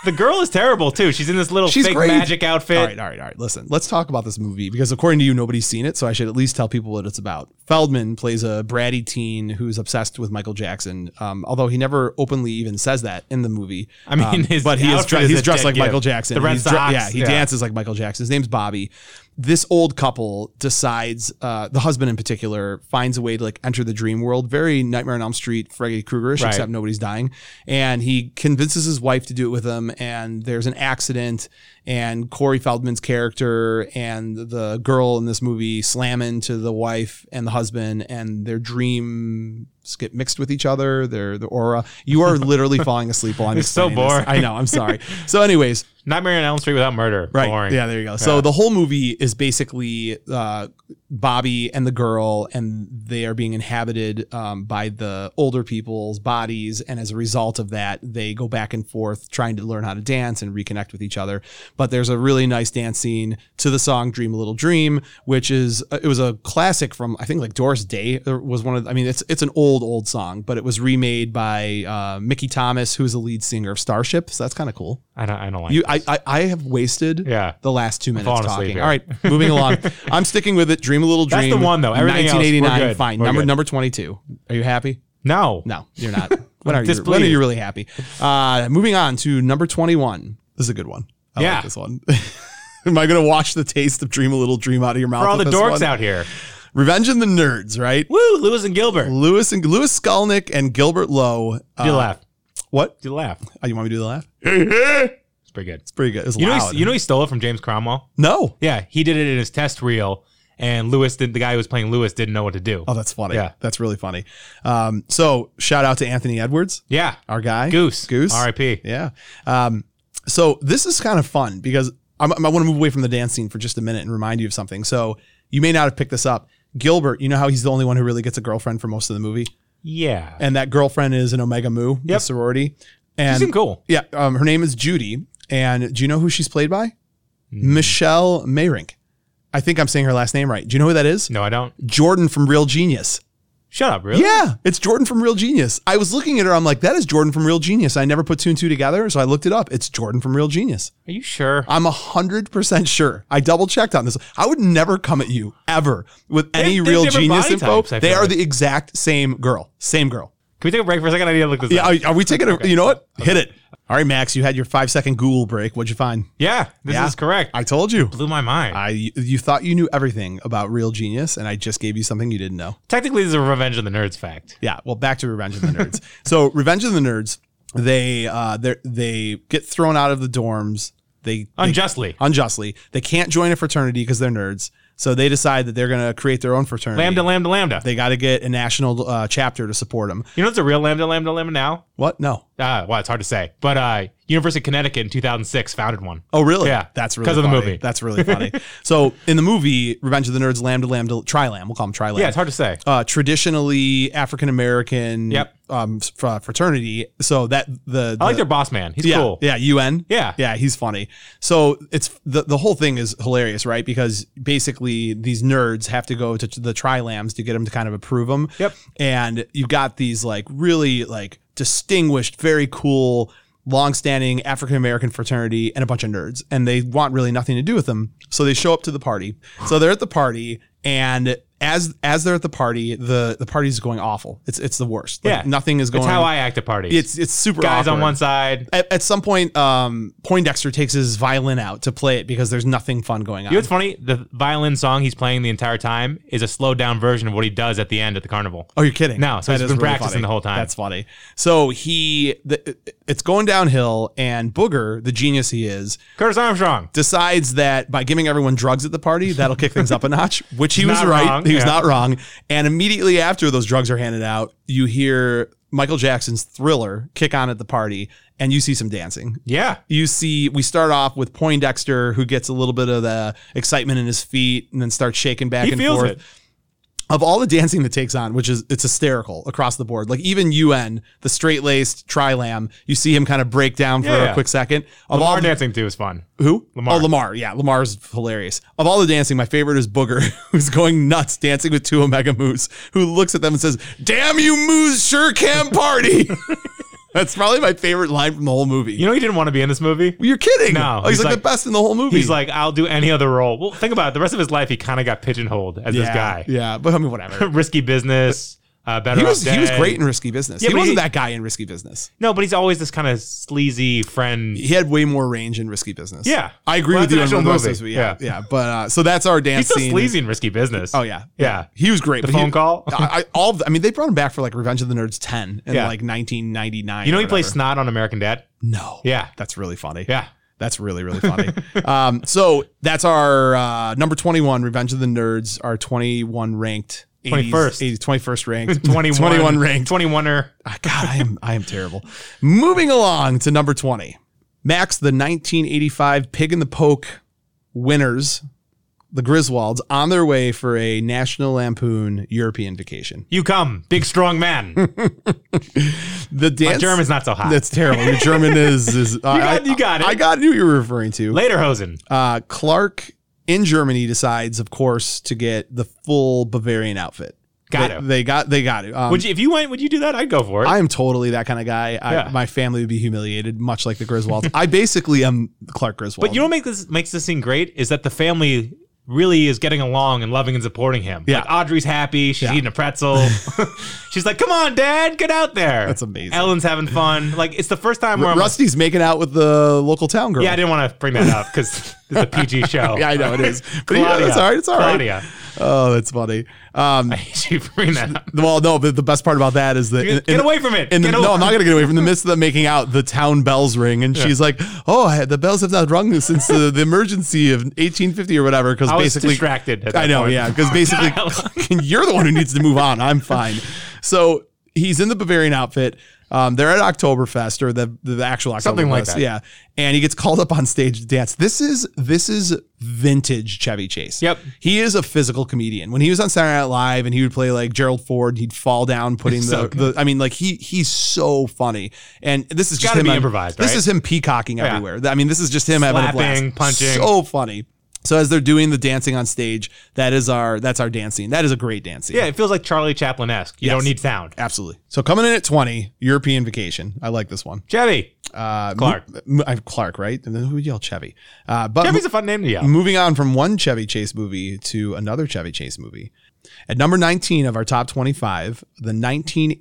Speaker 2: the girl is terrible too. She's in this little
Speaker 1: She's
Speaker 2: fake
Speaker 1: great.
Speaker 2: magic outfit.
Speaker 1: All right, all right, all right. Listen, let's talk about this movie because according to you, nobody's seen it, so I should at least tell people what it's about. Feldman plays a bratty teen who's obsessed with Michael Jackson, um, although he never openly even says that in the movie.
Speaker 2: I mean,
Speaker 1: Um,
Speaker 2: his
Speaker 1: but he is
Speaker 2: outfit
Speaker 1: dre-
Speaker 2: is
Speaker 1: he's
Speaker 2: a
Speaker 1: dressed
Speaker 2: dead
Speaker 1: like
Speaker 2: gift.
Speaker 1: Michael Jackson.
Speaker 2: The Red
Speaker 1: He's dre-
Speaker 2: Sox,
Speaker 1: yeah, he
Speaker 2: yeah.
Speaker 1: dances like Michael Jackson. His name's Bobby. This old couple decides, uh, the husband in particular, finds a way to like enter the dream world, very Nightmare on Elm Street, Freddy Kruegerish,
Speaker 2: Right.
Speaker 1: except nobody's dying. And he convinces his wife to do it with him. And there's an accident, and Corey Feldman's character and the girl in this movie slam into the wife and the husband, and their dreams get mixed with each other. Their the aura. You are
Speaker 2: *laughs*
Speaker 1: literally falling asleep while I'm
Speaker 2: It's so
Speaker 1: explaining this.
Speaker 2: boring.
Speaker 1: I know. I'm sorry. So, anyways,
Speaker 2: Nightmare on Elm Street without murder.
Speaker 1: Right.
Speaker 2: Boring.
Speaker 1: Yeah, there you go. So the whole movie is basically uh, Bobby and the girl, and they are being inhabited um, by the older people's bodies. And as a result of that, they go back and forth trying to learn how to dance and reconnect with each other. But there's a really nice dance scene to the song Dream a Little Dream, which is, uh, it was a classic from, I think, like Doris Day uh, was one of, the- I mean, it's, it's an old, old song, but it was remade by uh, Mickey Thomas, who's the lead singer of Starship. So that's kind of cool.
Speaker 2: I don't I don't like
Speaker 1: You,
Speaker 2: it.
Speaker 1: I, I, I have wasted
Speaker 2: Yeah.
Speaker 1: the last two minutes
Speaker 2: falling asleep
Speaker 1: talking.
Speaker 2: here.
Speaker 1: All right, moving along. *laughs* I'm sticking with it. Dream a little
Speaker 2: That's
Speaker 1: dream.
Speaker 2: the one, though. Everything else, we're
Speaker 1: 1989.
Speaker 2: good.
Speaker 1: Fine.
Speaker 2: We're
Speaker 1: number
Speaker 2: good.
Speaker 1: number 22. Are you happy?
Speaker 2: No.
Speaker 1: No, you're
Speaker 2: *laughs*
Speaker 1: not. When are you? When are
Speaker 2: Displeased.
Speaker 1: you really happy? Uh, moving on to number 21. This is a good one. I
Speaker 2: Yeah.
Speaker 1: like this one. *laughs* Am I going to wash the taste of Dream a Little Dream out of your mouth?
Speaker 2: For all the
Speaker 1: with this
Speaker 2: dorks
Speaker 1: one?
Speaker 2: out here.
Speaker 1: Revenge of the Nerds, right?
Speaker 2: Woo, Lewis and Gilbert. Do
Speaker 1: Lewis and Lewis Skolnick and Gilbert Lowe.
Speaker 2: you
Speaker 1: uh,
Speaker 2: laugh?
Speaker 1: What?
Speaker 2: Do you laugh?
Speaker 1: Oh, you want me to do the
Speaker 2: *laughs*
Speaker 1: laugh?
Speaker 2: It's pretty good.
Speaker 1: It's pretty good. It's
Speaker 2: You know,
Speaker 1: loud.
Speaker 2: he, you know he stole it from James Cromwell?
Speaker 1: no.
Speaker 2: Yeah, he did it in his test reel, and Lewis did the guy who was playing Lewis didn't know what to do.
Speaker 1: Oh, that's funny.
Speaker 2: Yeah.
Speaker 1: That's really funny. Um, so shout out to Anthony Edwards,
Speaker 2: yeah,
Speaker 1: our guy.
Speaker 2: Goose,
Speaker 1: Goose.
Speaker 2: R.I.P.
Speaker 1: Yeah. Um, so this is kind of fun because I'm, I want to move away from the dance scene for just a minute and remind you of something. So you may not have picked this up. Gilbert, you know how he's the only one who really gets a girlfriend for most of the movie?
Speaker 2: Yeah,
Speaker 1: And that girlfriend is an Omega Mu, the
Speaker 2: Yep.
Speaker 1: sorority.
Speaker 2: he
Speaker 1: And
Speaker 2: seemed cool.
Speaker 1: yeah, um, her name is Judy. And do you know who she's played by?
Speaker 2: Hmm.
Speaker 1: Michelle Mayrink. I think I'm saying her last name right. Do you know who that is?
Speaker 2: No, I don't.
Speaker 1: Jordan from Real Genius.
Speaker 2: Shut up, really?
Speaker 1: Yeah, it's Jordan from Real Genius. I was looking at her. I'm like, that is Jordan from Real Genius. I never put two and two together, so I looked it up. It's Jordan from Real Genius.
Speaker 2: Are you sure?
Speaker 1: I'm hundred percent sure. I double checked on this. I would never come at you ever with any
Speaker 2: they're
Speaker 1: Real
Speaker 2: different
Speaker 1: Genius
Speaker 2: body
Speaker 1: info.
Speaker 2: types, I
Speaker 1: they
Speaker 2: feel
Speaker 1: are
Speaker 2: like.
Speaker 1: the exact same girl. Same girl.
Speaker 2: Can we take a break for a second? I need to look this
Speaker 1: Yeah.
Speaker 2: up.
Speaker 1: Are, are we taking a? You know what? Hit it. All right, Max. You had your five second Google break. What'd you find?
Speaker 2: Yeah, this
Speaker 1: Yeah. Uh,
Speaker 2: is correct.
Speaker 1: I told you.
Speaker 2: Blew my mind.
Speaker 1: I you thought you knew everything about Real Genius, and I just gave you something you didn't know.
Speaker 2: Technically, this is a Revenge of the Nerds fact.
Speaker 1: Yeah. Well, back to Revenge of the
Speaker 2: *laughs*
Speaker 1: Nerds. so Revenge of the Nerds, they uh, they they get thrown out of the dorms. They, they
Speaker 2: Unjustly.
Speaker 1: unjustly they can't join a fraternity because they're nerds. So they decide that they're gonna create their own fraternity.
Speaker 2: Lambda, lambda, lambda.
Speaker 1: They got to get a national uh, chapter to support them.
Speaker 2: you know it's a real lambda, lambda, lambda now?
Speaker 1: What? No.
Speaker 2: Uh, well, it's hard to say, but uh, University of Connecticut in 2006 founded one.
Speaker 1: Oh, really?
Speaker 2: Yeah.
Speaker 1: That's really
Speaker 2: 'Cause of the
Speaker 1: funny.
Speaker 2: movie.
Speaker 1: That's really
Speaker 2: *laughs*
Speaker 1: funny. so in the movie, Revenge of the Nerds, Lambda Lambda Trilam, we'll call them Trilam.
Speaker 2: Yeah, it's hard to say.
Speaker 1: uh, traditionally African American
Speaker 2: Yep.
Speaker 1: um, fr- fraternity. So that the,
Speaker 2: I like
Speaker 1: the-
Speaker 2: their boss man. He's
Speaker 1: Uh, yeah,
Speaker 2: cool.
Speaker 1: yeah UN
Speaker 2: Yeah.
Speaker 1: yeah he's funny. So it's the the whole thing is hilarious, right? Because basically these nerds have to go to the Trilams to get them to kind of approve them.
Speaker 2: Yep.
Speaker 1: And you got these like really like distinguished, very cool, long-standing African American fraternity and a bunch of nerds, and they want really nothing to do with them. So they show up to the party. So they're at the party, and as as they're at the party, the the party's going awful. It's it's the worst. Like,
Speaker 2: Yeah.
Speaker 1: nothing is going.
Speaker 2: It's how I act at parties.
Speaker 1: It's it's super
Speaker 2: guys on
Speaker 1: awkward
Speaker 2: one side.
Speaker 1: at, at some point, um, Poindexter takes his violin out to play it because there's nothing fun going on.
Speaker 2: You know what's funny? The violin song he's playing the entire time is a slowed down version of what he does at the end at the carnival.
Speaker 1: oh, you're kidding?
Speaker 2: No, so
Speaker 1: That
Speaker 2: he's
Speaker 1: is
Speaker 2: been
Speaker 1: really
Speaker 2: practicing
Speaker 1: funny.
Speaker 2: the whole time.
Speaker 1: That's funny. So he, the, it's going downhill, and Booger, the genius he is,
Speaker 2: Curtis Armstrong.
Speaker 1: decides that by giving everyone drugs at the party, that'll kick things up a
Speaker 2: *laughs*
Speaker 1: notch, which he was
Speaker 2: Not
Speaker 1: right.
Speaker 2: wrong,
Speaker 1: He was
Speaker 2: yeah.
Speaker 1: not wrong. And immediately after those drugs are handed out, you hear Michael Jackson's Thriller kick on at the party, and you see some dancing.
Speaker 2: Yeah.
Speaker 1: you see we start off with Poindexter who gets a little bit of the excitement in his feet and then starts shaking back
Speaker 2: He
Speaker 1: and
Speaker 2: feels
Speaker 1: forth.
Speaker 2: it.
Speaker 1: Of all the dancing that takes on, which is it's hysterical across the board. Like even UN, the straight laced Trilam, you see him kind of break down for
Speaker 2: Yeah,
Speaker 1: a
Speaker 2: yeah.
Speaker 1: quick second. Of
Speaker 2: Bar
Speaker 1: all the,
Speaker 2: dancing too is fun.
Speaker 1: who
Speaker 2: Lamar.
Speaker 1: Oh Lamar, yeah, Lamar's hilarious. Of all the dancing, my favorite is Booger, *laughs* who's going nuts dancing with two Omega Moose, who looks at them and says, "Damn you, Moose, sure can party." *laughs* That's probably my favorite line from the whole movie.
Speaker 2: You know he didn't want to be in this movie?
Speaker 1: You're kidding.
Speaker 2: No,
Speaker 1: Oh, he's,
Speaker 2: he's
Speaker 1: like,
Speaker 2: like-
Speaker 1: the best in the whole movie.
Speaker 2: He's like, I'll do any other role. Well, think about it. The rest of his life, he kind of got pigeonholed as
Speaker 1: yeah,
Speaker 2: this guy.
Speaker 1: Yeah, but I mean, whatever.
Speaker 2: *laughs* Risky business. Uh, better
Speaker 1: He
Speaker 2: Off
Speaker 1: was he was
Speaker 2: Dead.
Speaker 1: great in Risky Business.
Speaker 2: Yeah,
Speaker 1: he
Speaker 2: but
Speaker 1: wasn't
Speaker 2: he-
Speaker 1: that guy in Risky Business.
Speaker 2: No, but he's always this kind of sleazy friend.
Speaker 1: He had way more range in Risky Business.
Speaker 2: Yeah.
Speaker 1: I agree
Speaker 2: Well,
Speaker 1: with
Speaker 2: that's
Speaker 1: you
Speaker 2: an
Speaker 1: on
Speaker 2: actual
Speaker 1: most of
Speaker 2: movie.
Speaker 1: those. but Yeah, yeah,
Speaker 2: Yeah.
Speaker 1: But uh, so that's our dance
Speaker 2: He's still
Speaker 1: scene.
Speaker 2: sleazy in Risky Business.
Speaker 1: Oh yeah,
Speaker 2: Yeah.
Speaker 1: He was great.
Speaker 2: The
Speaker 1: but he- Oh,
Speaker 2: phone call?
Speaker 1: *laughs* I, I, all of the- I mean, they brought him back for like Revenge of the Nerds ten in
Speaker 2: Yeah.
Speaker 1: like 1999.
Speaker 2: You know
Speaker 1: or
Speaker 2: he plays
Speaker 1: whatever.
Speaker 2: Snot on American Dad?
Speaker 1: No.
Speaker 2: Yeah.
Speaker 1: That's really funny. *laughs*
Speaker 2: Yeah. *laughs*
Speaker 1: That's really, really funny. um, so that's our uh, number 21, Revenge of the Nerds, our 21 ranked. 80s
Speaker 2: 21st.
Speaker 1: 80s 21st
Speaker 2: *laughs*
Speaker 1: ranked.
Speaker 2: 21,
Speaker 1: 21 ranked.
Speaker 2: 21er.
Speaker 1: Ah, God, I am I am terrible. Moving along to number 20. Max, the 1985 Pig in the Poke winners, the Griswolds, on their way for a National Lampoon European vacation.
Speaker 2: You come, big
Speaker 1: *laughs*
Speaker 2: strong man.
Speaker 1: The dance.
Speaker 2: German's not so hot.
Speaker 1: That's terrible. Your German is. is you,
Speaker 2: got- *laughs* you got it.
Speaker 1: I got who you were referring to.
Speaker 2: Later, Hosen.
Speaker 1: uh, Clark in Germany decides, of course, to get the full Bavarian outfit.
Speaker 2: Got
Speaker 1: they,
Speaker 2: it.
Speaker 1: They got they got it. Um,
Speaker 2: Would you, if you went, would you do that? I'd go for it.
Speaker 1: I am totally that kind of guy. I,
Speaker 2: Yeah.
Speaker 1: My family would be humiliated, much like the Griswolds. I basically am Clark Griswold.
Speaker 2: but you know what make this, makes this scene great is that the family really is getting along and loving and supporting him.
Speaker 1: Yeah.
Speaker 2: Like Audrey's happy. She's
Speaker 1: Yeah.
Speaker 2: eating a pretzel.
Speaker 1: *laughs*
Speaker 2: *laughs* She's like, come on, dad, get out there.
Speaker 1: That's amazing.
Speaker 2: Ellen's having fun. Like, it's the first time where I'm like,
Speaker 1: Rusty's making out with the local town girl.
Speaker 2: yeah, I didn't want to bring that up because it's a PG
Speaker 1: *laughs*
Speaker 2: show.
Speaker 1: Yeah, I
Speaker 2: *laughs*
Speaker 1: know it is. But you know,
Speaker 2: Claudia.
Speaker 1: it's all right. It's all right.
Speaker 2: Claudia. *laughs*
Speaker 1: Oh, that's funny. Um,
Speaker 2: She bring that
Speaker 1: *laughs*
Speaker 2: up.
Speaker 1: well, no, but the best part about that is that in-
Speaker 2: Get
Speaker 1: in-
Speaker 2: away from it.
Speaker 1: in the,
Speaker 2: Get away.
Speaker 1: no, I'm not gonna get away from the midst of them making out. The town bells ring, and she's like, "Oh, I, the bells have not rung since the, the emergency of 1850 or whatever." Because
Speaker 2: I was
Speaker 1: basically,
Speaker 2: distracted. At that
Speaker 1: I know,
Speaker 2: point.
Speaker 1: yeah,
Speaker 2: *laughs*
Speaker 1: because basically, *laughs* you're the one who needs to move on. I'm fine. So he's in the Bavarian outfit. Um, they're at Oktoberfest or the the actual Oktoberfest,
Speaker 2: Something like that.
Speaker 1: yeah. And he gets called up on stage to dance. This is this is vintage Chevy Chase.
Speaker 2: Yep.
Speaker 1: he is a physical comedian. When he was on Saturday Night Live and he would play like Gerald Ford, he'd fall down putting
Speaker 2: So
Speaker 1: the, the. I mean, like he he's so funny. And this is just
Speaker 2: gotta
Speaker 1: him
Speaker 2: be
Speaker 1: on-
Speaker 2: improvised,
Speaker 1: This
Speaker 2: right?
Speaker 1: is him peacocking everywhere. I mean, this is just him having a
Speaker 2: Slapping,
Speaker 1: blast,
Speaker 2: punching.
Speaker 1: So funny. So as they're doing the dancing on stage, that is our that's our dancing. That is a great dancing.
Speaker 2: Yeah, it feels like Charlie Chaplin esque. You
Speaker 1: Yes.
Speaker 2: don't need sound.
Speaker 1: absolutely. So coming in at twenty, European vacation. I like this one.
Speaker 2: Chevy.
Speaker 1: Uh,
Speaker 2: Clark.
Speaker 1: m- m- I have Clark, right? And then who would yell Chevy? Uh, but
Speaker 2: Chevy's a fun name to yell.
Speaker 1: Moving on from one Chevy Chase movie to another Chevy Chase movie. At number 19 of our top 25, the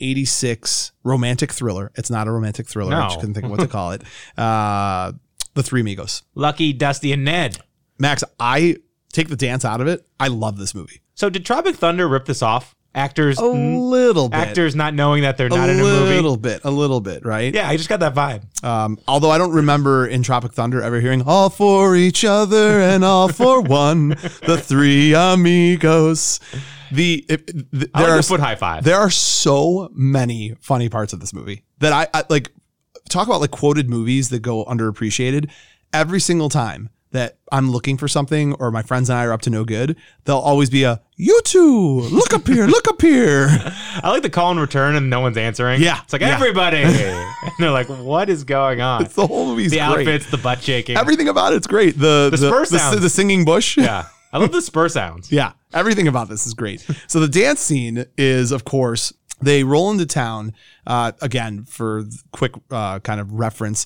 Speaker 1: 1986 romantic thriller. It's not a romantic thriller. I
Speaker 2: No.
Speaker 1: just couldn't think of what to call
Speaker 2: *laughs*
Speaker 1: it. Uh, the Three Amigos.
Speaker 2: Lucky, Dusty, and Ned.
Speaker 1: Max, I take the dance out of it. I love this movie.
Speaker 2: So did Tropic Thunder rip this off? Actors,
Speaker 1: A little bit.
Speaker 2: actors not knowing that they're
Speaker 1: Oh, a
Speaker 2: not Mm-hmm. in a movie.
Speaker 1: little bit. A little bit, right?
Speaker 2: Yeah, I just got that vibe.
Speaker 1: Um, although I don't remember in Tropic Thunder ever hearing all for each other and all for one,
Speaker 2: *laughs*
Speaker 1: the three amigos. The, if- th- there
Speaker 2: I like
Speaker 1: are
Speaker 2: the foot high five.
Speaker 1: there are so many funny parts of this movie that I, I like. talk about like quoted movies that go underappreciated. Every single time that I'm looking for something or my friends and I are up to no good, there'll always be a you two, look up here, look up here. *laughs*
Speaker 2: I like the call and return and no one's answering.
Speaker 1: Yeah.
Speaker 2: It's like
Speaker 1: Yeah.
Speaker 2: everybody. and they're like, what is going on?
Speaker 1: The whole movie's
Speaker 2: The
Speaker 1: great.
Speaker 2: outfits, the butt shaking.
Speaker 1: Everything about it's great. The the
Speaker 2: spur
Speaker 1: the,
Speaker 2: sounds.
Speaker 1: the singing bush.
Speaker 2: *laughs* yeah. I love the
Speaker 1: *laughs*
Speaker 2: spur sounds.
Speaker 1: Yeah, everything about this is great. So the dance scene is, of course, they roll into town. Uh, again, for th- quick uh, kind of reference,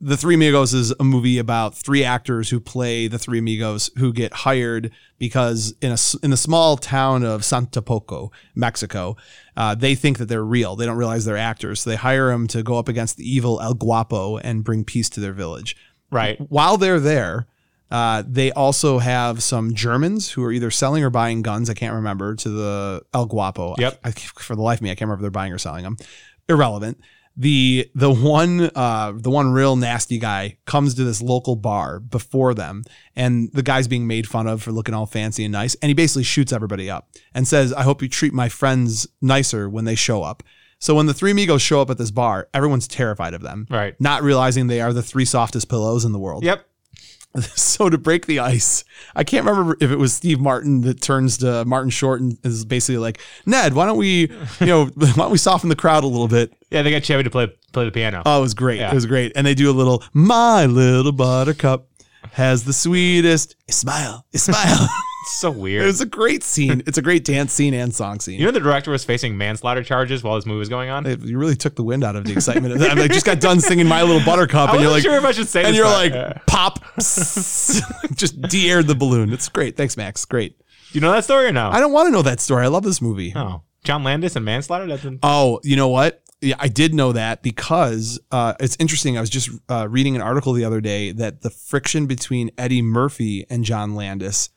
Speaker 1: The Three Amigos is a movie about three actors who play the Three Amigos who get hired because in a s- in the small town of Santa Poco, Mexico, uh, they think that they're real. They don't realize they're actors. So they hire them to go up against the evil El Guapo and bring peace to their village
Speaker 2: Right.
Speaker 1: while they're there, uh, they also have some Germans who are either selling or buying guns. I can't remember to the El Guapo.
Speaker 2: Yep.
Speaker 1: I, I- for the life of me, I can't remember if they're buying or selling them. Irrelevant. The the one uh, the one real nasty guy comes to this local bar before them, and the guy's being made fun of for looking all fancy and nice, and he basically shoots everybody up and says, "I hope you treat my friends nicer when they show up." So when the three amigos show up at this bar, everyone's terrified of them
Speaker 2: Right.
Speaker 1: not realizing they are the three softest pillows in the world.
Speaker 2: Yep.
Speaker 1: *laughs* So to break the ice, I can't remember if it was Steve Martin that turns to Martin Short and is basically like, Ned, why don't we, you know, *laughs* why don't we soften the crowd a little bit?
Speaker 2: Yeah, they got Chevy to play play the piano.
Speaker 1: Oh, it was great.
Speaker 2: Yeah.
Speaker 1: It was great. And they do a little, my little buttercup has the sweetest smile,
Speaker 2: *laughs*
Speaker 1: smile.
Speaker 2: it's so
Speaker 1: it
Speaker 2: weird.
Speaker 1: was a great scene. It's a great dance scene and song scene.
Speaker 2: you know the director was facing manslaughter charges while this movie was going on?
Speaker 1: It- you really took the wind out of the excitement of that. I, mean, I just got done singing My Little Buttercup,
Speaker 2: *laughs*
Speaker 1: and
Speaker 2: I wasn't
Speaker 1: you're like,
Speaker 2: sure if I should say
Speaker 1: and
Speaker 2: this
Speaker 1: you're
Speaker 2: part.
Speaker 1: like
Speaker 2: Yeah.
Speaker 1: pop *laughs* just de-aired the balloon it's great thanks max great
Speaker 2: you know that story or no?
Speaker 1: i don't want to know that story i love this movie
Speaker 2: oh. John Landis and manslaughter? That's in-
Speaker 1: oh you know what yeah i did know that because uh, it's interesting i was just uh, reading an article the other day that the friction between eddie murphy and john landis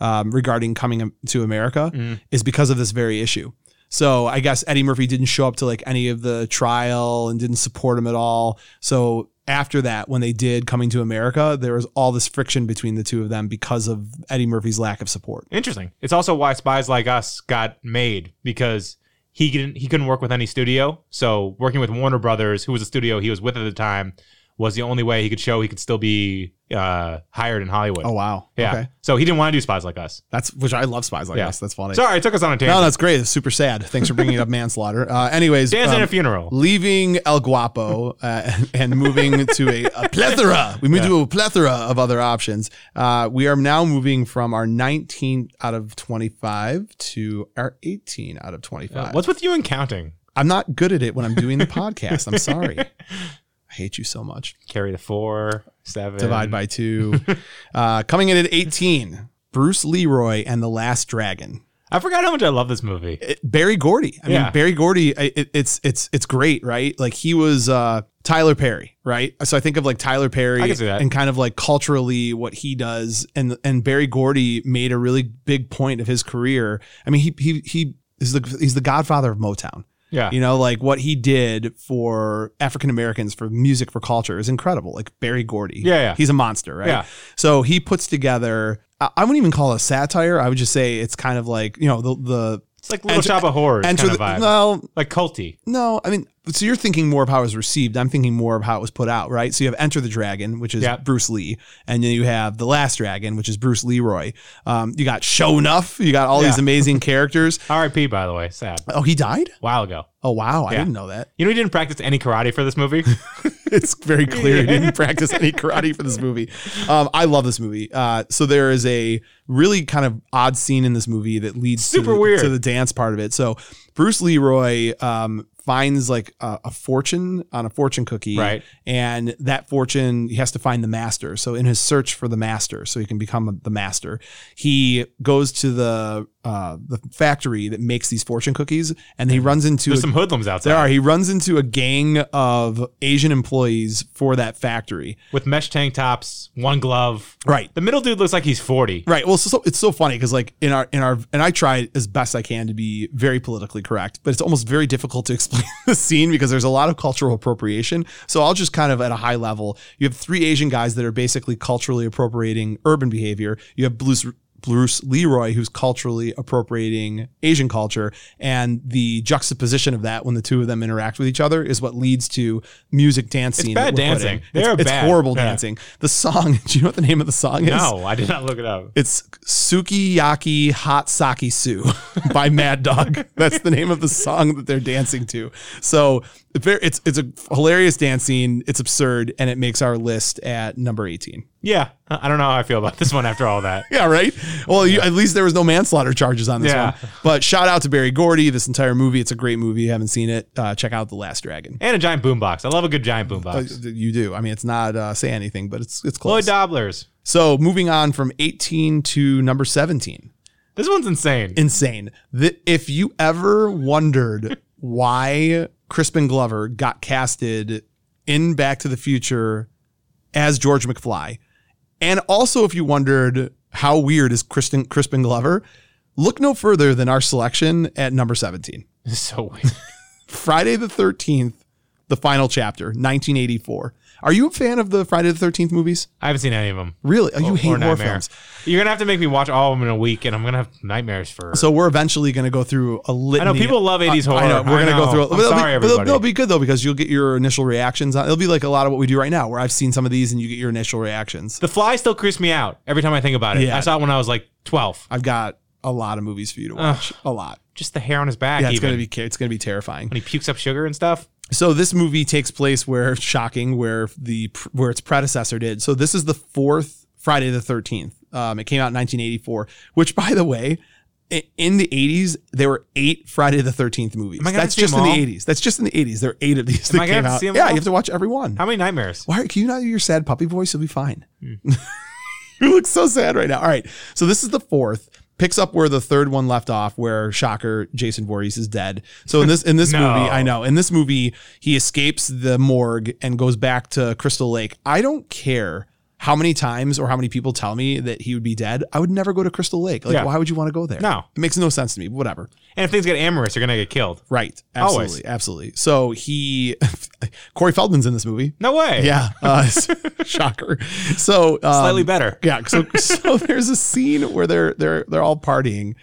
Speaker 1: um, regarding coming to america
Speaker 2: Mm.
Speaker 1: is because of this very issue so I guess Eddie Murphy didn't show up to like any of the trial and didn't support him at all. So after that, when they did coming to America, there was all this friction between the two of them because of Eddie Murphy's lack of support.
Speaker 2: Interesting. It's also why Spies Like Us got made because he didn't he couldn't work with any studio. So working with Warner Brothers, who was a studio he was with at the time, was the only way he could show he could still be uh, hired in Hollywood.
Speaker 1: Oh wow.
Speaker 2: yeah.
Speaker 1: Okay.
Speaker 2: So he didn't want to do Spies Like Us.
Speaker 1: That's which I love spies like
Speaker 2: Yeah.
Speaker 1: this. That's funny.
Speaker 2: Sorry, I took us on a
Speaker 1: No,
Speaker 2: tangent.
Speaker 1: that's great. It's super sad. Thanks for bringing up *laughs* manslaughter. Uh, anyways,
Speaker 2: Dancing
Speaker 1: um,
Speaker 2: at a funeral.
Speaker 1: leaving El Guapo uh, *laughs* and moving to a, a plethora. We moved to a plethora of other options. Uh, we are now moving from our 19 out of 25 to our 18 out of 25.
Speaker 2: What's with you and counting?
Speaker 1: I'm not good at it when I'm doing the podcast. I'm sorry. I hate you so much.
Speaker 2: Carry the four, seven.
Speaker 1: Divide by two. Uh, coming in at 18, Bruce Leroy and the Last Dragon.
Speaker 2: I forgot how much I love this movie.
Speaker 1: it- Barry Gordy. I
Speaker 2: Yeah.
Speaker 1: mean, Barry Gordy. I- It, it's it's it's great, right? Like he was uh, Tyler Perry, right? So I think of like Tyler Perry
Speaker 2: I can see that.
Speaker 1: and kind of like culturally what he does, and and Barry Gordy made a really big point of his career. I mean, he he he is the he's the godfather of Motown.
Speaker 2: Yeah.
Speaker 1: You know, like what he did for African Americans, for music, for culture is incredible. Like Barry Gordy.
Speaker 2: Yeah, yeah.
Speaker 1: He's a monster, right?
Speaker 2: Yeah.
Speaker 1: So he puts together, I I wouldn't even call it a satire. I would just say it's kind of like, you know, the, the
Speaker 2: It's like Little
Speaker 1: Enter-
Speaker 2: Shop of Horrors kind
Speaker 1: enter
Speaker 2: of
Speaker 1: the,
Speaker 2: vibe.
Speaker 1: well,
Speaker 2: Like culty.
Speaker 1: no, I mean, so you're thinking more of how it was received. I'm thinking more of how it was put out, right? So you have Enter the Dragon, which is
Speaker 2: Yeah.
Speaker 1: Bruce Lee, and then you have The Last Dragon, which is Bruce Leroy. Um, you got Show Enough. You got all these
Speaker 2: Yeah. *laughs*
Speaker 1: amazing characters.
Speaker 2: R.I.P. By the way, sad.
Speaker 1: Oh, he died?
Speaker 2: while ago.
Speaker 1: Oh, wow. I
Speaker 2: Yeah.
Speaker 1: didn't know that.
Speaker 2: You know he didn't practice any karate for
Speaker 1: *laughs*
Speaker 2: this movie.
Speaker 1: It's very clear he didn't practice
Speaker 2: *laughs*
Speaker 1: any karate for this movie. Um, I love this movie. Uh, so there is a really kind of odd scene in this movie that leads
Speaker 2: Super
Speaker 1: to, the-
Speaker 2: weird.
Speaker 1: to the dance part of it. So Bruce Leroy um, finds like a, a fortune on a fortune cookie,
Speaker 2: Right.
Speaker 1: And that fortune, he has to find the master. So in his search for the master, so he can become the master, he goes to the uh, the factory that makes these fortune cookies, and he runs into
Speaker 2: There's
Speaker 1: a-
Speaker 2: some hoodlums
Speaker 1: there
Speaker 2: outside
Speaker 1: are. He runs into a gang of Asian employees for that factory.
Speaker 2: with mesh tank tops, one glove.
Speaker 1: Right.
Speaker 2: The middle dude looks like he's 40.
Speaker 1: Right. Well, so, so it's so funny because like in our in our and I try as best I can to be very politically correct, but it's almost very difficult to *laughs* explain the scene because there's a lot of cultural appropriation. So I'll just kind of at a high level, you have three Asian guys that are basically culturally appropriating urban behavior. You have Bruce Bruce Leroy, who's culturally appropriating Asian culture. And the juxtaposition of that when the two of them interact with each other is what leads to music dance scene. that
Speaker 2: bad
Speaker 1: we're
Speaker 2: dancing.
Speaker 1: putting.
Speaker 2: They're
Speaker 1: it's, it's
Speaker 2: bad.
Speaker 1: horrible
Speaker 2: Yeah.
Speaker 1: dancing. The song, *laughs* do you know what the name of the song is?
Speaker 2: No, I did not look it up.
Speaker 1: It's Sukiyaki Hot Saki Sue *laughs* by Mad Dog. That's the name of the song that they're dancing to. So ver- it's it's a hilarious dance scene. It's absurd, and it makes our list at number eighteen.
Speaker 2: Yeah, I I don't know how I feel about this one after all that.
Speaker 1: Yeah, right. Well, you, at least there was no manslaughter charges on this
Speaker 2: Yeah.
Speaker 1: one. But shout out to Barry Gordy. This entire movie, it's a great movie. If you haven't seen it, uh, check out The Last Dragon.
Speaker 2: And a giant boombox. I love a good giant
Speaker 1: Uh,
Speaker 2: boombox.
Speaker 1: you do. I mean, it's not uh, say anything, but it's it's
Speaker 2: Lloyd
Speaker 1: close.
Speaker 2: Dobblers.
Speaker 1: So moving on from eighteen to number seventeen.
Speaker 2: This one's insane.
Speaker 1: insane. The, if you ever wondered why Crispin Glover got casted in Back to the Future as George McFly, and also if you wondered how weird is Crispin, Crispin Glover, look no further than our selection at number 17.
Speaker 2: This is so weird.
Speaker 1: Friday the 13th, the final chapter, 1984. Are you a fan of the Friday the 13th movies?
Speaker 2: *laughs* I haven't seen any of them.
Speaker 1: Really? Oh, you hate horror
Speaker 2: nightmare.
Speaker 1: films.
Speaker 2: You're gonna have to make me watch all of them in a week, and I'm gonna have nightmares for.
Speaker 1: So we're eventually going to go through a
Speaker 2: I
Speaker 1: litany.
Speaker 2: know people love 80s horror.
Speaker 1: I know. We're gonna go through.
Speaker 2: it.
Speaker 1: It.
Speaker 2: I'm
Speaker 1: it'll be,
Speaker 2: sorry,
Speaker 1: it'll-
Speaker 2: everybody.
Speaker 1: It'll, be good though because you'll get your initial reactions. On, it'll be like a lot of what we do right now, where I've seen some of these and you get your initial reactions.
Speaker 2: the Fly still creeps me out every time I think about it.
Speaker 1: Yeah.
Speaker 2: I saw it when I was like 12.
Speaker 1: I've got a lot of movies for you to watch. A lot.
Speaker 2: Just the hair on his back.
Speaker 1: Yeah, it's
Speaker 2: even.
Speaker 1: gonna be it's gonna be terrifying.
Speaker 2: when he pukes up sugar and stuff.
Speaker 1: So this movie takes place where shocking, where the where its predecessor did. So this is the fourth Friday the Thirteenth. Um, it came out in 1984, which by the way. i- In the 80s, there were eight Friday the 13th movies.
Speaker 2: Am I gonna
Speaker 1: That's
Speaker 2: see 'em
Speaker 1: just in the
Speaker 2: all?
Speaker 1: 80s. That's just in the 80s. There are eight of these
Speaker 2: Am
Speaker 1: that
Speaker 2: I gonna
Speaker 1: came
Speaker 2: have to
Speaker 1: out.
Speaker 2: see 'em
Speaker 1: Yeah,
Speaker 2: all?
Speaker 1: you have to watch every one.
Speaker 2: How many nightmares?
Speaker 1: Why can you not do your sad puppy voice? You'll be fine.
Speaker 2: Hmm.
Speaker 1: *laughs* you look so sad right now. All right. So this is the fourth. Picks up where the third one left off, where shocker Jason Voorhees is dead. So in this in this
Speaker 2: *laughs* No.
Speaker 1: movie, I know in this movie he escapes the morgue and goes back to Crystal Lake. I don't care how many times or how many people tell me that he would be dead. I would never go to Crystal Lake. Like
Speaker 2: Yeah.
Speaker 1: why would you want to go there?
Speaker 2: No.
Speaker 1: it makes no sense to me. but Whatever.
Speaker 2: And if things get amorous, you're gonna get killed.
Speaker 1: Right. Absolutely.
Speaker 2: Always.
Speaker 1: Absolutely. So he, *laughs* Corey Feldman's in this movie.
Speaker 2: No way.
Speaker 1: Yeah, uh, *laughs* shocker. So um,
Speaker 2: Slightly better.
Speaker 1: Yeah. So *laughs* so there's a scene where they're they're they're all partying.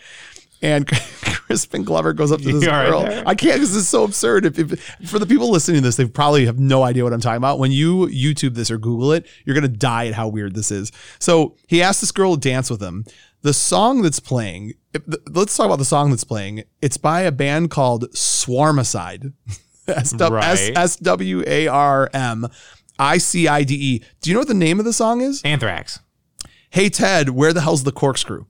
Speaker 1: And *laughs* Crispin Glover goes up to this
Speaker 2: You all right
Speaker 1: girl.
Speaker 2: there?
Speaker 1: I can't because it's so absurd. If, if for the people listening to this, they probably have no idea what I'm talking about. When you YouTube this or Google it, you're gonna die at how weird this is. So he asks this girl to dance with him. The song that's playing. if- let's talk about the song that's playing. It's by a band called Swarmicide. *laughs* S
Speaker 2: Right.
Speaker 1: S W A R M I C I D E. Do you know what the name of the song is?
Speaker 2: Anthrax.
Speaker 1: Hey Ted, where the hell's the corkscrew?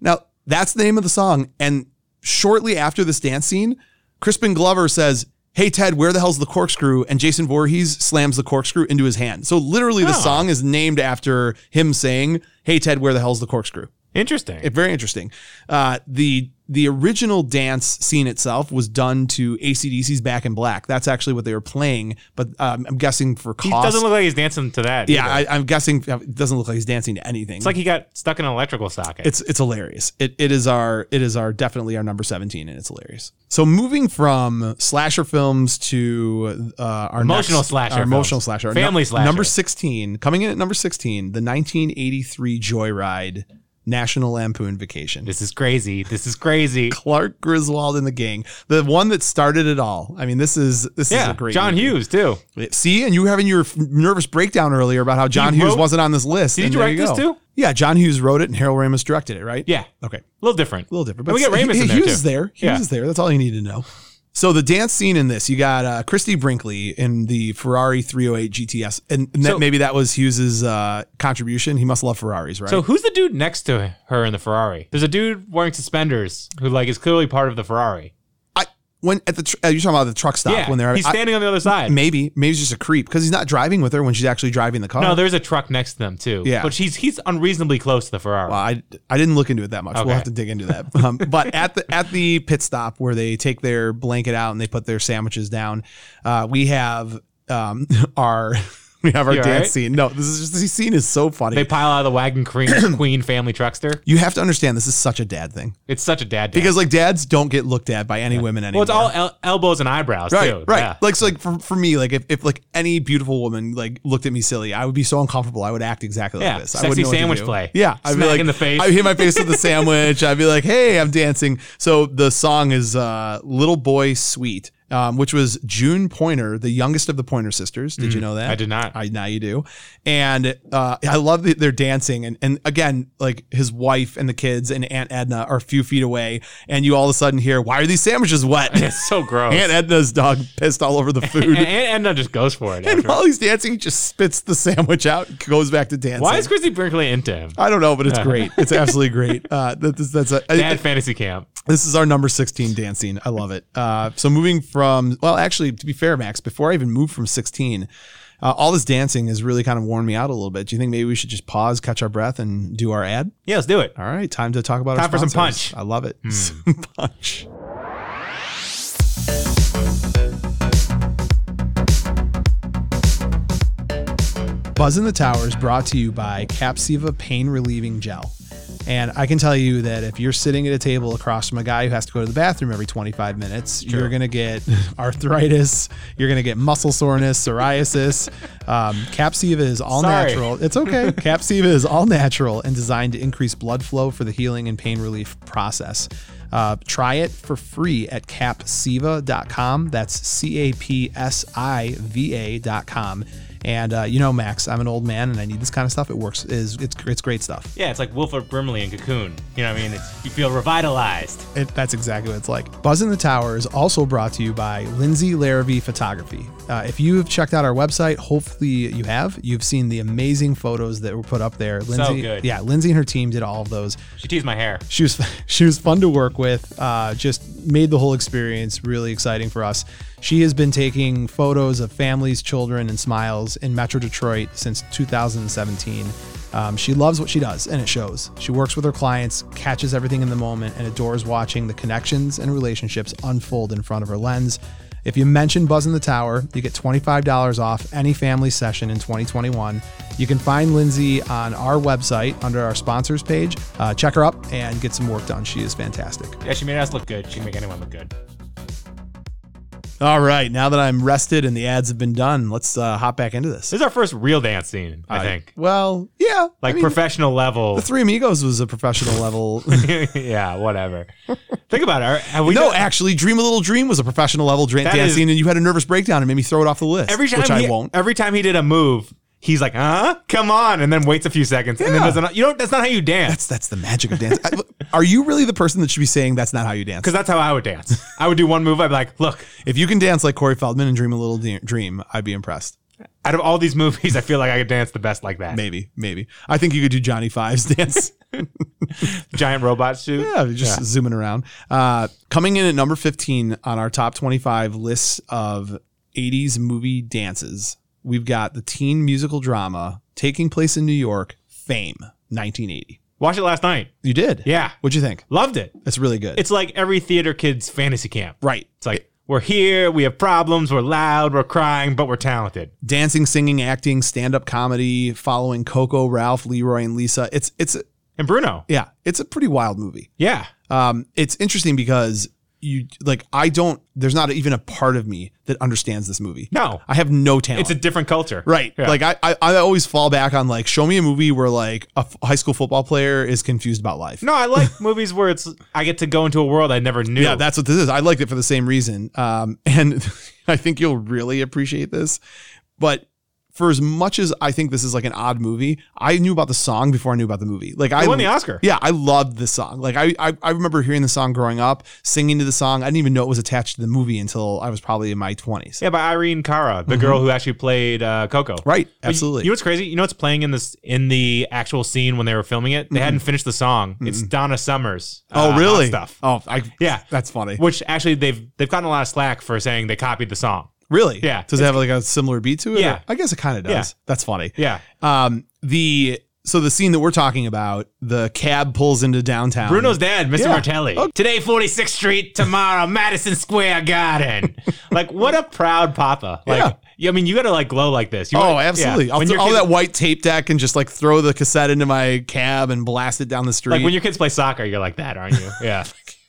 Speaker 1: Now, that's the name of the song. And shortly after this dance scene, Crispin Glover says, Hey Ted, where the hell's the corkscrew? And Jason Voorhees slams the corkscrew into his hand. So literally the
Speaker 2: Oh.
Speaker 1: song is named after him saying, Hey Ted, where the hell's the corkscrew?
Speaker 2: Interesting.
Speaker 1: It- very interesting. Uh, the the original dance scene itself was done to ACDC's Back in Black. That's actually what they were playing, but um, I'm guessing for
Speaker 2: he
Speaker 1: cost.
Speaker 2: doesn't look like he's dancing to that.
Speaker 1: yeah,
Speaker 2: either.
Speaker 1: I, I'm guessing it doesn't look like he's dancing to anything.
Speaker 2: it's like he got stuck in an electrical socket.
Speaker 1: It's it's hilarious. It it is our it is our definitely our number seventeen, and it's hilarious. So moving from slasher films to uh, our
Speaker 2: Emotional
Speaker 1: next-
Speaker 2: slasher
Speaker 1: our emotional
Speaker 2: films.
Speaker 1: slasher, our
Speaker 2: Family
Speaker 1: nu-
Speaker 2: slasher.
Speaker 1: number sixteen, coming in at number sixteen, the nineteen eighty three Joyride, National Lampoon Vacation.
Speaker 2: this is crazy. This is crazy.
Speaker 1: Clark Griswold and the gang, the one that started it all. I mean, this is this is
Speaker 2: yeah.
Speaker 1: a great
Speaker 2: John
Speaker 1: movie.
Speaker 2: Hughes too.
Speaker 1: See, and you were having your f- nervous breakdown earlier about how John
Speaker 2: He
Speaker 1: Hughes
Speaker 2: wrote-
Speaker 1: wasn't on this list.
Speaker 2: Did he
Speaker 1: and there
Speaker 2: direct
Speaker 1: you
Speaker 2: this
Speaker 1: go.
Speaker 2: too?
Speaker 1: Yeah, John Hughes wrote it, and Harold Ramis directed it, right?
Speaker 2: Yeah.
Speaker 1: Okay.
Speaker 2: A little different.
Speaker 1: A little different.
Speaker 2: And we got Ramis
Speaker 1: he,
Speaker 2: in there,
Speaker 1: Hughes
Speaker 2: too.
Speaker 1: is there. Hughes
Speaker 2: Yeah.
Speaker 1: is there. That's all you need to know. So the dance scene in this, you got uh, Christy Brinkley in the Ferrari 308 GTS, and, and that,
Speaker 2: So-
Speaker 1: maybe that was Hughes's uh, contribution. He must love Ferraris, right?
Speaker 2: So who's the dude next to her in the Ferrari? There's a dude wearing suspenders who like is clearly part of the Ferrari.
Speaker 1: I when at the tr- uh, you're talking about the truck stop
Speaker 2: yeah.
Speaker 1: when they're
Speaker 2: he's
Speaker 1: I-
Speaker 2: standing on the other side.
Speaker 1: maybe maybe he's just a creep because he's not driving with her when she's actually driving the car.
Speaker 2: No, there's a truck next to them too.
Speaker 1: Yeah.
Speaker 2: But she's he's unreasonably close to the Ferrari.
Speaker 1: Well, I, I didn't look into it that much. We'll
Speaker 2: Okay.
Speaker 1: have to dig into that.
Speaker 2: *laughs*
Speaker 1: Um, but at the at the pit stop where they take their blanket out and they put their sandwiches down, uh, we have um, *laughs* our we have our
Speaker 2: You all
Speaker 1: dance
Speaker 2: right?
Speaker 1: scene. No, this is just, this scene is so funny.
Speaker 2: They pile out of the
Speaker 1: *clears throat*
Speaker 2: wagon queen, queen family truckster.
Speaker 1: you have to understand this is such a dad thing
Speaker 2: It's such a dad dance.
Speaker 1: because like dads don't get looked at by any women
Speaker 2: well,
Speaker 1: anymore.
Speaker 2: it's all el- elbows and eyebrows
Speaker 1: right,
Speaker 2: too.
Speaker 1: right.
Speaker 2: Yeah. *laughs*
Speaker 1: Like so, like for, for me, like if, if like any beautiful woman like looked at me silly, I would be so uncomfortable. I would act exactly
Speaker 2: Yeah,
Speaker 1: like this. I
Speaker 2: sexy
Speaker 1: wouldn't know what to
Speaker 2: sandwich
Speaker 1: do.
Speaker 2: play.
Speaker 1: Yeah, I'd be
Speaker 2: Smack
Speaker 1: like
Speaker 2: in the face.
Speaker 1: I would hit my face
Speaker 2: *laughs*
Speaker 1: with the sandwich. I'd be like, hey, I'm dancing. So the song is uh, "Little Boy Sweet." Um, which was June Pointer, the youngest of the Pointer sisters. Did you know that?
Speaker 2: Mm, I did not.
Speaker 1: I, now you do. And uh, I love that they're dancing. And, and again, like his wife and the kids and Aunt Edna are a few feet away. And you all of a sudden hear, why are these sandwiches wet?
Speaker 2: *laughs* It's so gross.
Speaker 1: Aunt Edna's dog pissed all
Speaker 2: *laughs*
Speaker 1: over the
Speaker 2: and,
Speaker 1: food.
Speaker 2: and Edna just goes for it.
Speaker 1: and
Speaker 2: *laughs* after.
Speaker 1: while he's dancing, he just spits the sandwich out and goes back to dancing.
Speaker 2: Why is Chrissy Brinkley into him?
Speaker 1: I don't know, but it's great. It's absolutely great. Uh, that- that's, that's a, I-
Speaker 2: Dad fantasy camp.
Speaker 1: this is our number 16 dancing. I love it. Uh, so moving from, well, actually, to be fair, Max, before I even moved from 16, uh, all this dancing has really kind of worn me out a little bit. Do you think maybe we should just pause, catch our breath, and do our ad?
Speaker 2: Yeah, let's do it.
Speaker 1: All right, time to talk about our
Speaker 2: Time for some
Speaker 1: sponsors.
Speaker 2: punch. Hmm.
Speaker 1: I love it. Some *laughs* punch. Buzz in the Tower is brought to you by Capsiva Pain Relieving Gel. And I can tell you that if you're sitting at a table across from a guy who has to go to the bathroom every 25 minutes, you're going to get *laughs* arthritis, you're going to get muscle soreness, psoriasis. Um, Capsiva is all
Speaker 2: Sorry.
Speaker 1: natural. It's okay. Capsiva is all natural and designed to increase blood flow for the healing and pain relief process. Uh, try it for free at capsiva.com. That's C A P S I V A.com. And uh, you know, Max, I'm an old man and I need this kind of stuff. It works. Is it's it's great stuff.
Speaker 2: Yeah, it's like Wilford Brimley in Cocoon. You know what I mean? It's, you feel revitalized.
Speaker 1: It, that's exactly what it's like. Buzz in the Tower is also brought to you by Lindsay Larrabee Photography. Uh, if you have checked out our website, hopefully you have. You've seen the amazing photos that were put up there. Lindsay,
Speaker 2: good.
Speaker 1: Yeah, Lindsay and her team did all of those.
Speaker 2: She teased my hair.
Speaker 1: She was *laughs* she was fun to work with. Uh, just made the whole experience really exciting for us. She has been taking photos of families, children, and smiles in Metro Detroit since 2017. Um, she loves what she does, and it shows. She works with her clients, catches everything in the moment, and adores watching the connections and relationships unfold in front of her lens. If you mention Buzz in the Tower, you get $25 off any family session in 2021. You can find Lindsay on our website under our sponsors page. Uh, check her up and get some work done. She is fantastic.
Speaker 2: Yeah, she made us look good. She can make anyone look good.
Speaker 1: All right, now that I'm rested and the ads have been done, let's uh, hop back into this.
Speaker 2: This is our first real dance scene, Uh, I think.
Speaker 1: Well, yeah. I
Speaker 2: Like
Speaker 1: mean,
Speaker 2: professional level. *laughs*
Speaker 1: the Three Amigos was a professional level.
Speaker 2: yeah, whatever. think about it. Are- Have we
Speaker 1: no,
Speaker 2: done-
Speaker 1: actually, Dream a Little Dream was a professional level dra-
Speaker 2: That
Speaker 1: dance
Speaker 2: is-
Speaker 1: scene, and you had a nervous breakdown and made me throw it off the list,
Speaker 2: every time
Speaker 1: which
Speaker 2: he,
Speaker 1: I won't.
Speaker 2: Every time he did a move, he's like, "Huh? Come on!" and then waits a few seconds and then
Speaker 1: Yeah.
Speaker 2: does not You know, that's not how you dance.
Speaker 1: That's that's the magic of dance. *laughs* I, are you really the person that should be saying that's not how you dance?
Speaker 2: Because that's how I would dance. I would do one move. I'd be like, "Look,
Speaker 1: If you can dance like Corey Feldman and dream a little de- dream, I'd be impressed.
Speaker 2: out of all these movies, I feel like I could dance the best like that."
Speaker 1: Maybe, maybe. I think you could do Johnny Five's *laughs* dance.
Speaker 2: Giant robot suit.
Speaker 1: yeah, just zooming around. Uh, coming in at number 15 on our top 25 list of 80s movie dances, we've got the teen musical drama taking place in New York, Fame, 1980.
Speaker 2: Watched it last night.
Speaker 1: You did?
Speaker 2: Yeah,
Speaker 1: What'd you think?
Speaker 2: loved it.
Speaker 1: It's really good.
Speaker 2: It's like every theater kid's fantasy camp.
Speaker 1: right.
Speaker 2: It's like we're here, we have problems, we're loud, we're crying, but we're talented.
Speaker 1: Dancing, singing, acting, stand-up comedy, following Coco, Ralph, Leroy, and Lisa. It's it's
Speaker 2: And Bruno,
Speaker 1: yeah, it's a pretty wild movie.
Speaker 2: yeah,
Speaker 1: um, it's interesting because you like I don't. There's not even a part of me that understands this movie.
Speaker 2: no,
Speaker 1: I have no talent.
Speaker 2: it's a different culture,
Speaker 1: right.
Speaker 2: Yeah.
Speaker 1: Like I, I, I always fall back on like show me a movie where like a f- high school football player is confused about life.
Speaker 2: No, I like *laughs* movies where it's I get to go into a world I never knew.
Speaker 1: Yeah, that's what this is. I liked it for the same reason. Um, *laughs* and I think you'll really appreciate this. But for as much as I think this is like an odd movie, I knew about the song before I knew about the movie. Like I
Speaker 2: It won the Oscar.
Speaker 1: Yeah, I loved this song. Like I, I, I remember hearing the song growing up, singing to the song. I didn't even know it was attached to the movie until I was probably in my twenties.
Speaker 2: Yeah, by Irene Cara,
Speaker 1: Mm-hmm.
Speaker 2: the girl who actually played uh, Coco.
Speaker 1: Right.
Speaker 2: But you-
Speaker 1: Absolutely.
Speaker 2: You, know what's crazy? You know what's playing in this in the actual scene when they were filming it? They hadn't finished the song. It's Donna Summers. uh,
Speaker 1: Mm-hmm. oh, really?
Speaker 2: Hot Stuff.
Speaker 1: Oh, I,
Speaker 2: Yeah.
Speaker 1: That's funny.
Speaker 2: Which actually they've they've gotten a lot of slack for saying they copied the song.
Speaker 1: Really?
Speaker 2: Yeah.
Speaker 1: Does it have like a similar beat to it?
Speaker 2: Yeah.
Speaker 1: I guess it kind of does.
Speaker 2: Yeah.
Speaker 1: That's funny.
Speaker 2: Yeah.
Speaker 1: Um, the so the scene that we're talking about, the cab pulls into downtown.
Speaker 2: Bruno's dad, Mr.
Speaker 1: Um, Yeah. Oh.
Speaker 2: Martelli.
Speaker 1: *laughs*
Speaker 2: Today 46th Street, tomorrow Madison Square Garden. like what a proud papa. Like
Speaker 1: Yeah.
Speaker 2: Yeah, I mean, you got to like glow like this. You
Speaker 1: Oh,
Speaker 2: wanna-
Speaker 1: absolutely!
Speaker 2: yeah.
Speaker 1: I'll
Speaker 2: When
Speaker 1: th-
Speaker 2: your
Speaker 1: all
Speaker 2: kid-
Speaker 1: that white tape deck and just like throw the cassette into my cab and blast it down the street.
Speaker 2: like when your kids play soccer, you're like that, aren't you?
Speaker 1: *laughs*
Speaker 2: Yeah.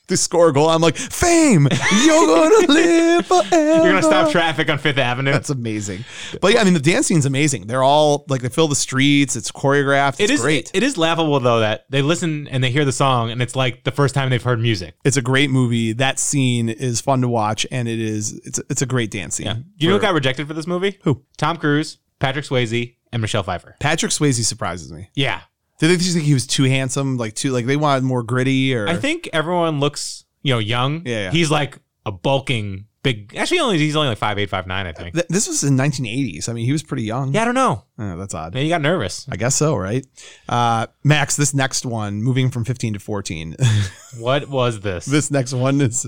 Speaker 1: to score a goal, I'm like, fame! You're *laughs* gonna live forever.
Speaker 2: You're gonna stop traffic on Fifth Avenue.
Speaker 1: That's amazing. But yeah, I mean, the dance scene's amazing. They're all like they fill the streets. It's choreographed. It's
Speaker 2: it is
Speaker 1: great.
Speaker 2: It is laughable though that they listen and they hear the song and it's like the first time they've heard music.
Speaker 1: it's a great movie. That scene is fun to watch, and it is it's it's a great dance scene.
Speaker 2: You know who
Speaker 1: For-
Speaker 2: got rejected for this movie?
Speaker 1: Who?
Speaker 2: Tom Cruise, Patrick Swayze, and Michelle Pfeiffer.
Speaker 1: Patrick Swayze surprises me.
Speaker 2: Yeah,
Speaker 1: Did they just think he was too handsome? Like too like they wanted more gritty or
Speaker 2: I think everyone looks you know young.
Speaker 1: Yeah, yeah.
Speaker 2: he's like a bulking big. Actually, only he's only like five eight five nine. I think.
Speaker 1: Th- this was in 1980s. I mean, he was pretty young.
Speaker 2: Yeah, I don't know.
Speaker 1: Oh, that's odd.
Speaker 2: Maybe he got nervous.
Speaker 1: I guess so, right? Uh, Max, this next one, moving from 15 to *laughs* 14.
Speaker 2: What was
Speaker 1: *laughs*
Speaker 2: this? This,
Speaker 1: this next one is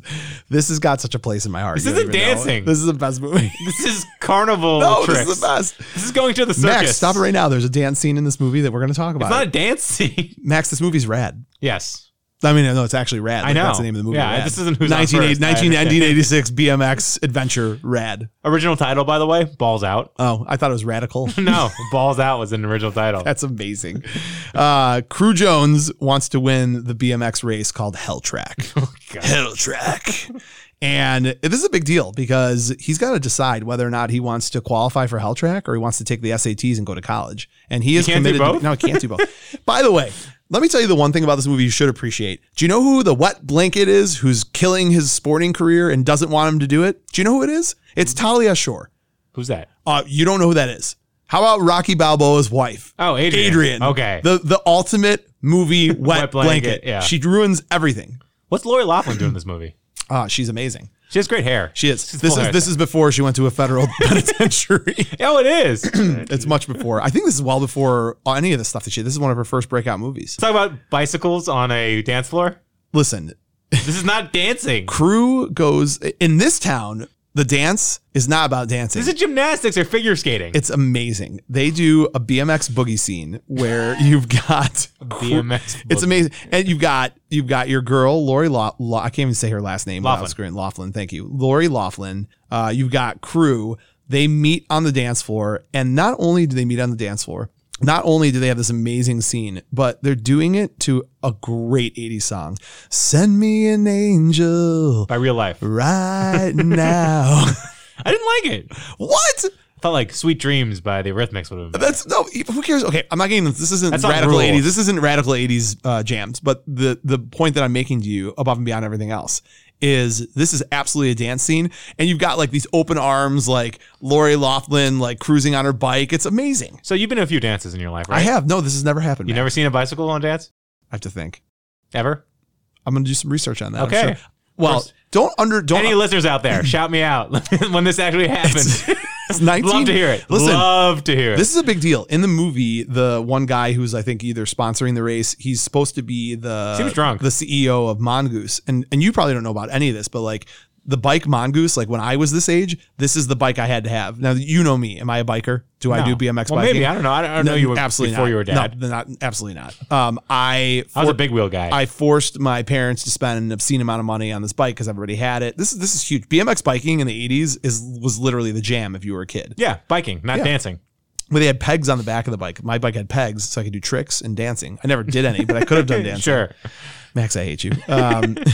Speaker 1: this has got such a place in my heart.
Speaker 2: This
Speaker 1: You don't
Speaker 2: isn't
Speaker 1: even know.
Speaker 2: dancing.
Speaker 1: This is the best
Speaker 2: *laughs*
Speaker 1: movie.
Speaker 2: is carnival
Speaker 1: no,
Speaker 2: tricks.
Speaker 1: this is the best.
Speaker 2: This is going to the circus.
Speaker 1: Max, stop it right now. There's a dance scene in this movie that we're going to talk about.
Speaker 2: It's not a dance scene. *laughs*
Speaker 1: Max, this movie's rad.
Speaker 2: yes.
Speaker 1: I mean, no, it's actually rad.
Speaker 2: I
Speaker 1: Like,
Speaker 2: know.
Speaker 1: That's the name of the movie.
Speaker 2: Yeah,
Speaker 1: Rad.
Speaker 2: this isn't who's on
Speaker 1: 1980
Speaker 2: first, I
Speaker 1: 1986 BMX adventure rad.
Speaker 2: Original title, by the way, Balls Out. *laughs*
Speaker 1: Oh, I thought it was radical.
Speaker 2: No, Balls Out was an original title.
Speaker 1: That's amazing. Uh, Crew Jones wants to win the BMX race called Hell
Speaker 2: *laughs*
Speaker 1: Track.
Speaker 2: Oh, God.
Speaker 1: Hell Track. And this is a big deal because he's got to decide whether or not he wants to qualify for Hell Track or he wants to take the SATs and go to college. And he is
Speaker 2: can't do
Speaker 1: committed.
Speaker 2: both?
Speaker 1: To, no, he can't do
Speaker 2: *laughs*
Speaker 1: both. By the way, let me tell you the one thing about this movie you should appreciate. Do you know who the wet blanket is who's killing his sporting career and doesn't want him to do it? Do you know who it is? It's Talia Shore.
Speaker 2: Who's that?
Speaker 1: Uh, you don't know who that is. How about Rocky Balboa's wife?
Speaker 2: Oh, Adrian.
Speaker 1: Adrian.
Speaker 2: Okay.
Speaker 1: The the ultimate
Speaker 2: *laughs*
Speaker 1: movie wet, blanket.
Speaker 2: blanket, yeah.
Speaker 1: She ruins everything.
Speaker 2: What's Lori Laughlin doing in this movie?
Speaker 1: Ah, she's amazing.
Speaker 2: She has great hair.
Speaker 1: She is. This
Speaker 2: full
Speaker 1: is
Speaker 2: hairstyle.
Speaker 1: this is before she went to a
Speaker 2: *laughs*
Speaker 1: federal penitentiary.
Speaker 2: Oh, it is. *clears throat* Let's
Speaker 1: it's much before. I think this is well before any of the stuff that she did. This is one of her first breakout movies.
Speaker 2: talk about bicycles on a dance floor.
Speaker 1: Listen,
Speaker 2: This is not dancing.
Speaker 1: crew goes in this town, the dance is not about dancing.
Speaker 2: This is gymnastics or figure skating.
Speaker 1: it's amazing. They do a BMX boogie scene where you've got
Speaker 2: BMX.
Speaker 1: *laughs* It's
Speaker 2: It's
Speaker 1: amazing, and you've got you've got your girl Lori. Laugh- La- I can't even say her last name.
Speaker 2: Laughlin.
Speaker 1: Wow, screen Laughlin. Thank you, Lori Laughlin. Uh, you've got crew. They meet on the dance floor, and not only do they meet on the dance floor, not only do they have this amazing scene, but they're doing it to a great '80s song. Send me an
Speaker 2: *laughs*
Speaker 1: angel
Speaker 2: by real life.
Speaker 1: right now. *laughs*
Speaker 2: I didn't like it.
Speaker 1: what?
Speaker 2: I felt like Sweet Dreams by the Eurythmics would have been. better.
Speaker 1: That's no. e, Who cares? Okay, I'm not getting this. This isn't
Speaker 2: That's not
Speaker 1: radical
Speaker 2: rule.
Speaker 1: '80s. This isn't radical '80s uh, jams. But the the point that I'm making to you, above and beyond everything else, is this is absolutely a dance scene, and you've got like these open arms, like Lori Laughlin, like cruising on her bike. It's amazing.
Speaker 2: So you've been to a few dances in your life, right?
Speaker 1: I have no. This has never happened.
Speaker 2: You
Speaker 1: man.
Speaker 2: never seen a bicycle on a dance
Speaker 1: I have to think.
Speaker 2: ever?
Speaker 1: I'm gonna do some research on that. I'm
Speaker 2: Okay.
Speaker 1: sure. Well,
Speaker 2: First-
Speaker 1: don't under don't.
Speaker 2: Any listeners out there, shout me out *laughs* when this actually happens.
Speaker 1: it's, *laughs* it's 19.
Speaker 2: Love to hear it.
Speaker 1: Listen,
Speaker 2: Love to hear it.
Speaker 1: This is a big deal. In the movie, the one guy who's I think either sponsoring the race, he's supposed to be the
Speaker 2: Seems drunk.
Speaker 1: the CEO of Mongoose. And and you probably don't know about any of this, but like the bike Mongoose, like when I was this age, this is the bike I had to have. Now you know me. Am I a biker? Do I do
Speaker 2: No.
Speaker 1: BMX
Speaker 2: Well,
Speaker 1: biking?
Speaker 2: maybe I don't know. I don't, I don't know
Speaker 1: No,
Speaker 2: you were
Speaker 1: absolutely
Speaker 2: before
Speaker 1: not.
Speaker 2: you were a dad.
Speaker 1: No, not absolutely not. Um, I
Speaker 2: I was a
Speaker 1: for-
Speaker 2: big wheel guy.
Speaker 1: I forced my parents to spend an obscene amount of money on this bike because I've already had it. This is this is huge. BMX biking in the '80s is was literally the jam if you were a kid
Speaker 2: yeah, biking, not dancing.
Speaker 1: where they had pegs on the back of the bike. My bike had pegs, so I could do tricks and dancing. I never did any, but I could have *laughs* done dancing.
Speaker 2: Sure.
Speaker 1: Max, I hate you. Um, *laughs*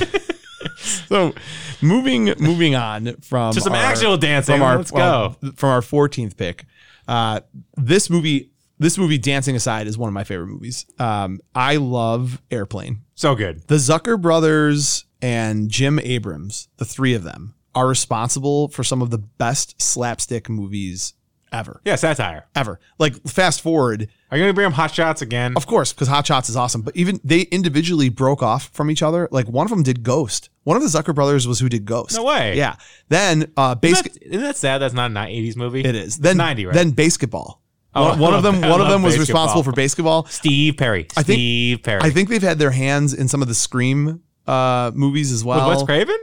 Speaker 1: so, moving moving on from
Speaker 2: To some
Speaker 1: our-
Speaker 2: actual dancing.
Speaker 1: from our
Speaker 2: Let's
Speaker 1: well,
Speaker 2: go.
Speaker 1: from our 14th pick. Uh, this movie, this movie, dancing aside, is one of my favorite movies. Um, I love Airplane.
Speaker 2: So good.
Speaker 1: The Zucker brothers and Jim Abrams, the three of them, are responsible for some of the best slapstick movies ever,
Speaker 2: Yeah, satire.
Speaker 1: ever. Like fast forward.
Speaker 2: Are you going to bring up hot shots again?
Speaker 1: Of course, because Hot Shots is awesome. But even they individually broke off from each other. Like one of them did Ghost. One of the Zucker brothers was who did Ghost.
Speaker 2: No way.
Speaker 1: Yeah. Then uh,
Speaker 2: Isn't
Speaker 1: basket.
Speaker 2: that, isn't that sad? That's not an 80s movie.
Speaker 1: It is. Then
Speaker 2: 90, right?
Speaker 1: Then basketball.
Speaker 2: Oh,
Speaker 1: One- one of them.
Speaker 2: I
Speaker 1: One of
Speaker 2: love
Speaker 1: them was
Speaker 2: basketball.
Speaker 1: responsible for basketball.
Speaker 2: Steve Perry. Steve
Speaker 1: think-
Speaker 2: Perry.
Speaker 1: I think they've had their hands in some of the Scream uh, movies as
Speaker 2: With
Speaker 1: well.
Speaker 2: Wes Craven?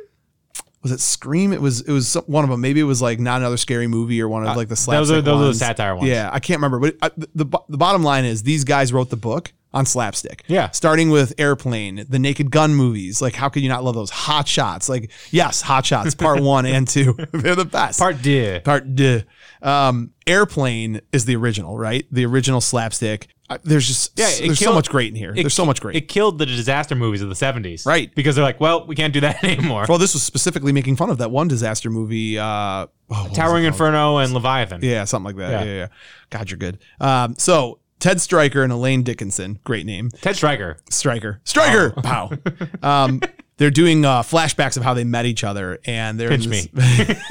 Speaker 1: Was it Scream? It was. It was some, one of them. Maybe it was like not another scary movie or one of like the slapstick
Speaker 2: Uh, Those are, those are the
Speaker 1: ones.
Speaker 2: satire ones.
Speaker 1: Yeah, I can't remember, but I, the, the bo- the bottom line is these guys wrote the book on slapstick.
Speaker 2: Yeah.
Speaker 1: starting with Airplane, the Naked Gun movies. Like, how could you not love those Hot *laughs*
Speaker 2: *laughs*
Speaker 1: Shots? Like, yes, Hot Shots Part One and Two. They're the best.
Speaker 2: Part D.
Speaker 1: Part two. Um, Airplane is the original, right? The original slapstick. I- There's just
Speaker 2: Yeah,
Speaker 1: yeah,
Speaker 2: it
Speaker 1: there's so
Speaker 2: killed-
Speaker 1: much great in here.
Speaker 2: it-
Speaker 1: There's so much great.
Speaker 2: It killed the disaster movies of the 70s.
Speaker 1: Right.
Speaker 2: Because they're like, well, we can't do that *laughs* anymore.
Speaker 1: well, this was specifically making fun of that one disaster movie, uh, oh, what was it
Speaker 2: Towering
Speaker 1: called?
Speaker 2: Inferno and Leviathan.
Speaker 1: Yeah, something like that.
Speaker 2: Yeah.
Speaker 1: Yeah, yeah. yeah. God, you're good. Um, so Ted Stryker and Elaine Dickinson, great name.
Speaker 2: Ted Stryker.
Speaker 1: Stryker, Stryker,
Speaker 2: Oh.
Speaker 1: pow. Um, they're doing uh, flashbacks of how they met each other, and they're in
Speaker 2: Pinch
Speaker 1: this- *laughs*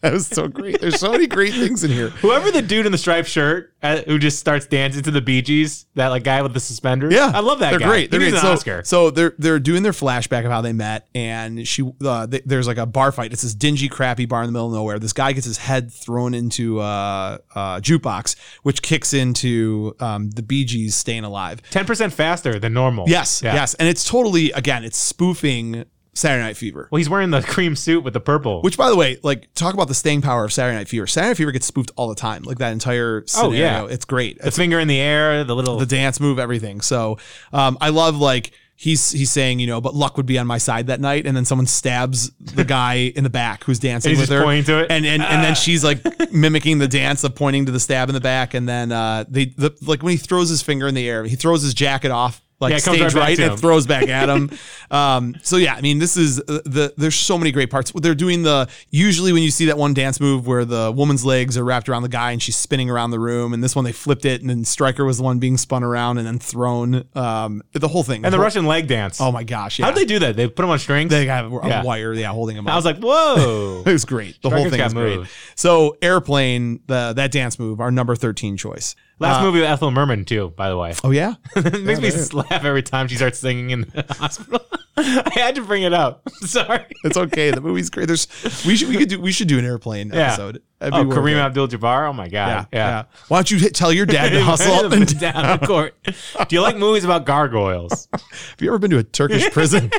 Speaker 1: that was so great. There's so many great things in here.
Speaker 2: Whoever the dude in the striped shirt uh, who just starts dancing to the Bee Gees, that like guy with the suspenders.
Speaker 1: Yeah,
Speaker 2: I love that
Speaker 1: They're
Speaker 2: guy.
Speaker 1: great. They're
Speaker 2: he needs
Speaker 1: great.
Speaker 2: an
Speaker 1: so,
Speaker 2: Oscar.
Speaker 1: so they're they're doing their flashback of how they met, and she uh, th- there's like a bar fight. It's this dingy, crappy bar in the middle of nowhere. This guy gets his head thrown into a uh, uh, jukebox, which kicks into um, the Bee Gees "Staying Alive."
Speaker 2: 10% faster than normal.
Speaker 1: Yes,
Speaker 2: Yeah.
Speaker 1: yes, and it's totally again, it's spoofing Saturday Night Fever.
Speaker 2: Well, he's wearing the *laughs* cream suit with the purple.
Speaker 1: Which, by the way, like talk about the staying power of Saturday Night Fever. Saturday Night Fever gets spoofed all the time. Like that entire
Speaker 2: Oh,
Speaker 1: scenario,
Speaker 2: yeah.
Speaker 1: it's great.
Speaker 2: the finger in the air, the little.
Speaker 1: the dance move, everything. So um, I love like he's he's saying you know, but luck would be on my side that night, and then someone stabs the guy
Speaker 2: *laughs*
Speaker 1: in the back who's dancing
Speaker 2: He's
Speaker 1: with
Speaker 2: just
Speaker 1: her,
Speaker 2: pointing to it. Ah.
Speaker 1: and and, and then she's
Speaker 2: *laughs*
Speaker 1: like mimicking the dance of pointing to the stab in the back, and then uh, they the, like when he throws his finger in the air, he throws his jacket off. Like
Speaker 2: Yeah, it comes
Speaker 1: stage
Speaker 2: right
Speaker 1: right,
Speaker 2: back to him.
Speaker 1: and throws back at him. *laughs* um, so yeah, I mean, this is uh, the. There's so many great parts. They're doing the usually when you see that one dance move where the woman's legs are wrapped around the guy and she's spinning around the room, and this one they flipped it, and then Stryker was the one being spun around and then thrown. Um, the whole thing
Speaker 2: and the
Speaker 1: whole-
Speaker 2: Russian leg dance.
Speaker 1: Oh my gosh! Yeah,
Speaker 2: How'd they do that? They put him on strings?
Speaker 1: they got a, a
Speaker 2: Yeah.
Speaker 1: wire, yeah, holding him.
Speaker 2: I
Speaker 1: up.
Speaker 2: was like, whoa.
Speaker 1: *laughs* It was great. The whole
Speaker 2: Stryker's
Speaker 1: thing
Speaker 2: got
Speaker 1: was great.
Speaker 2: moves.
Speaker 1: So airplane, the that dance move, our number thirteen choice.
Speaker 2: Last movie with Ethel Merman, too,
Speaker 1: *laughs*
Speaker 2: by the way.
Speaker 1: Oh Uh, yeah,
Speaker 2: it makes me laugh every time she starts singing in the *laughs* hospital. I had to bring it up. *laughs* I'm sorry.
Speaker 1: it's okay. The movie's great. There's we should we could do we should do an airplane
Speaker 2: Yeah.
Speaker 1: episode. That'd be
Speaker 2: Oh,
Speaker 1: worth it.
Speaker 2: Kareem Abdul Jabbar. Oh, my
Speaker 1: Yeah,
Speaker 2: God.
Speaker 1: yeah.
Speaker 2: *laughs*
Speaker 1: Why don't you hit, tell your *laughs* dad to hustle up?
Speaker 2: Him
Speaker 1: And,
Speaker 2: down the court. Do you like movies about gargoyles? *laughs*
Speaker 1: have you ever been to a Turkish *laughs* prison?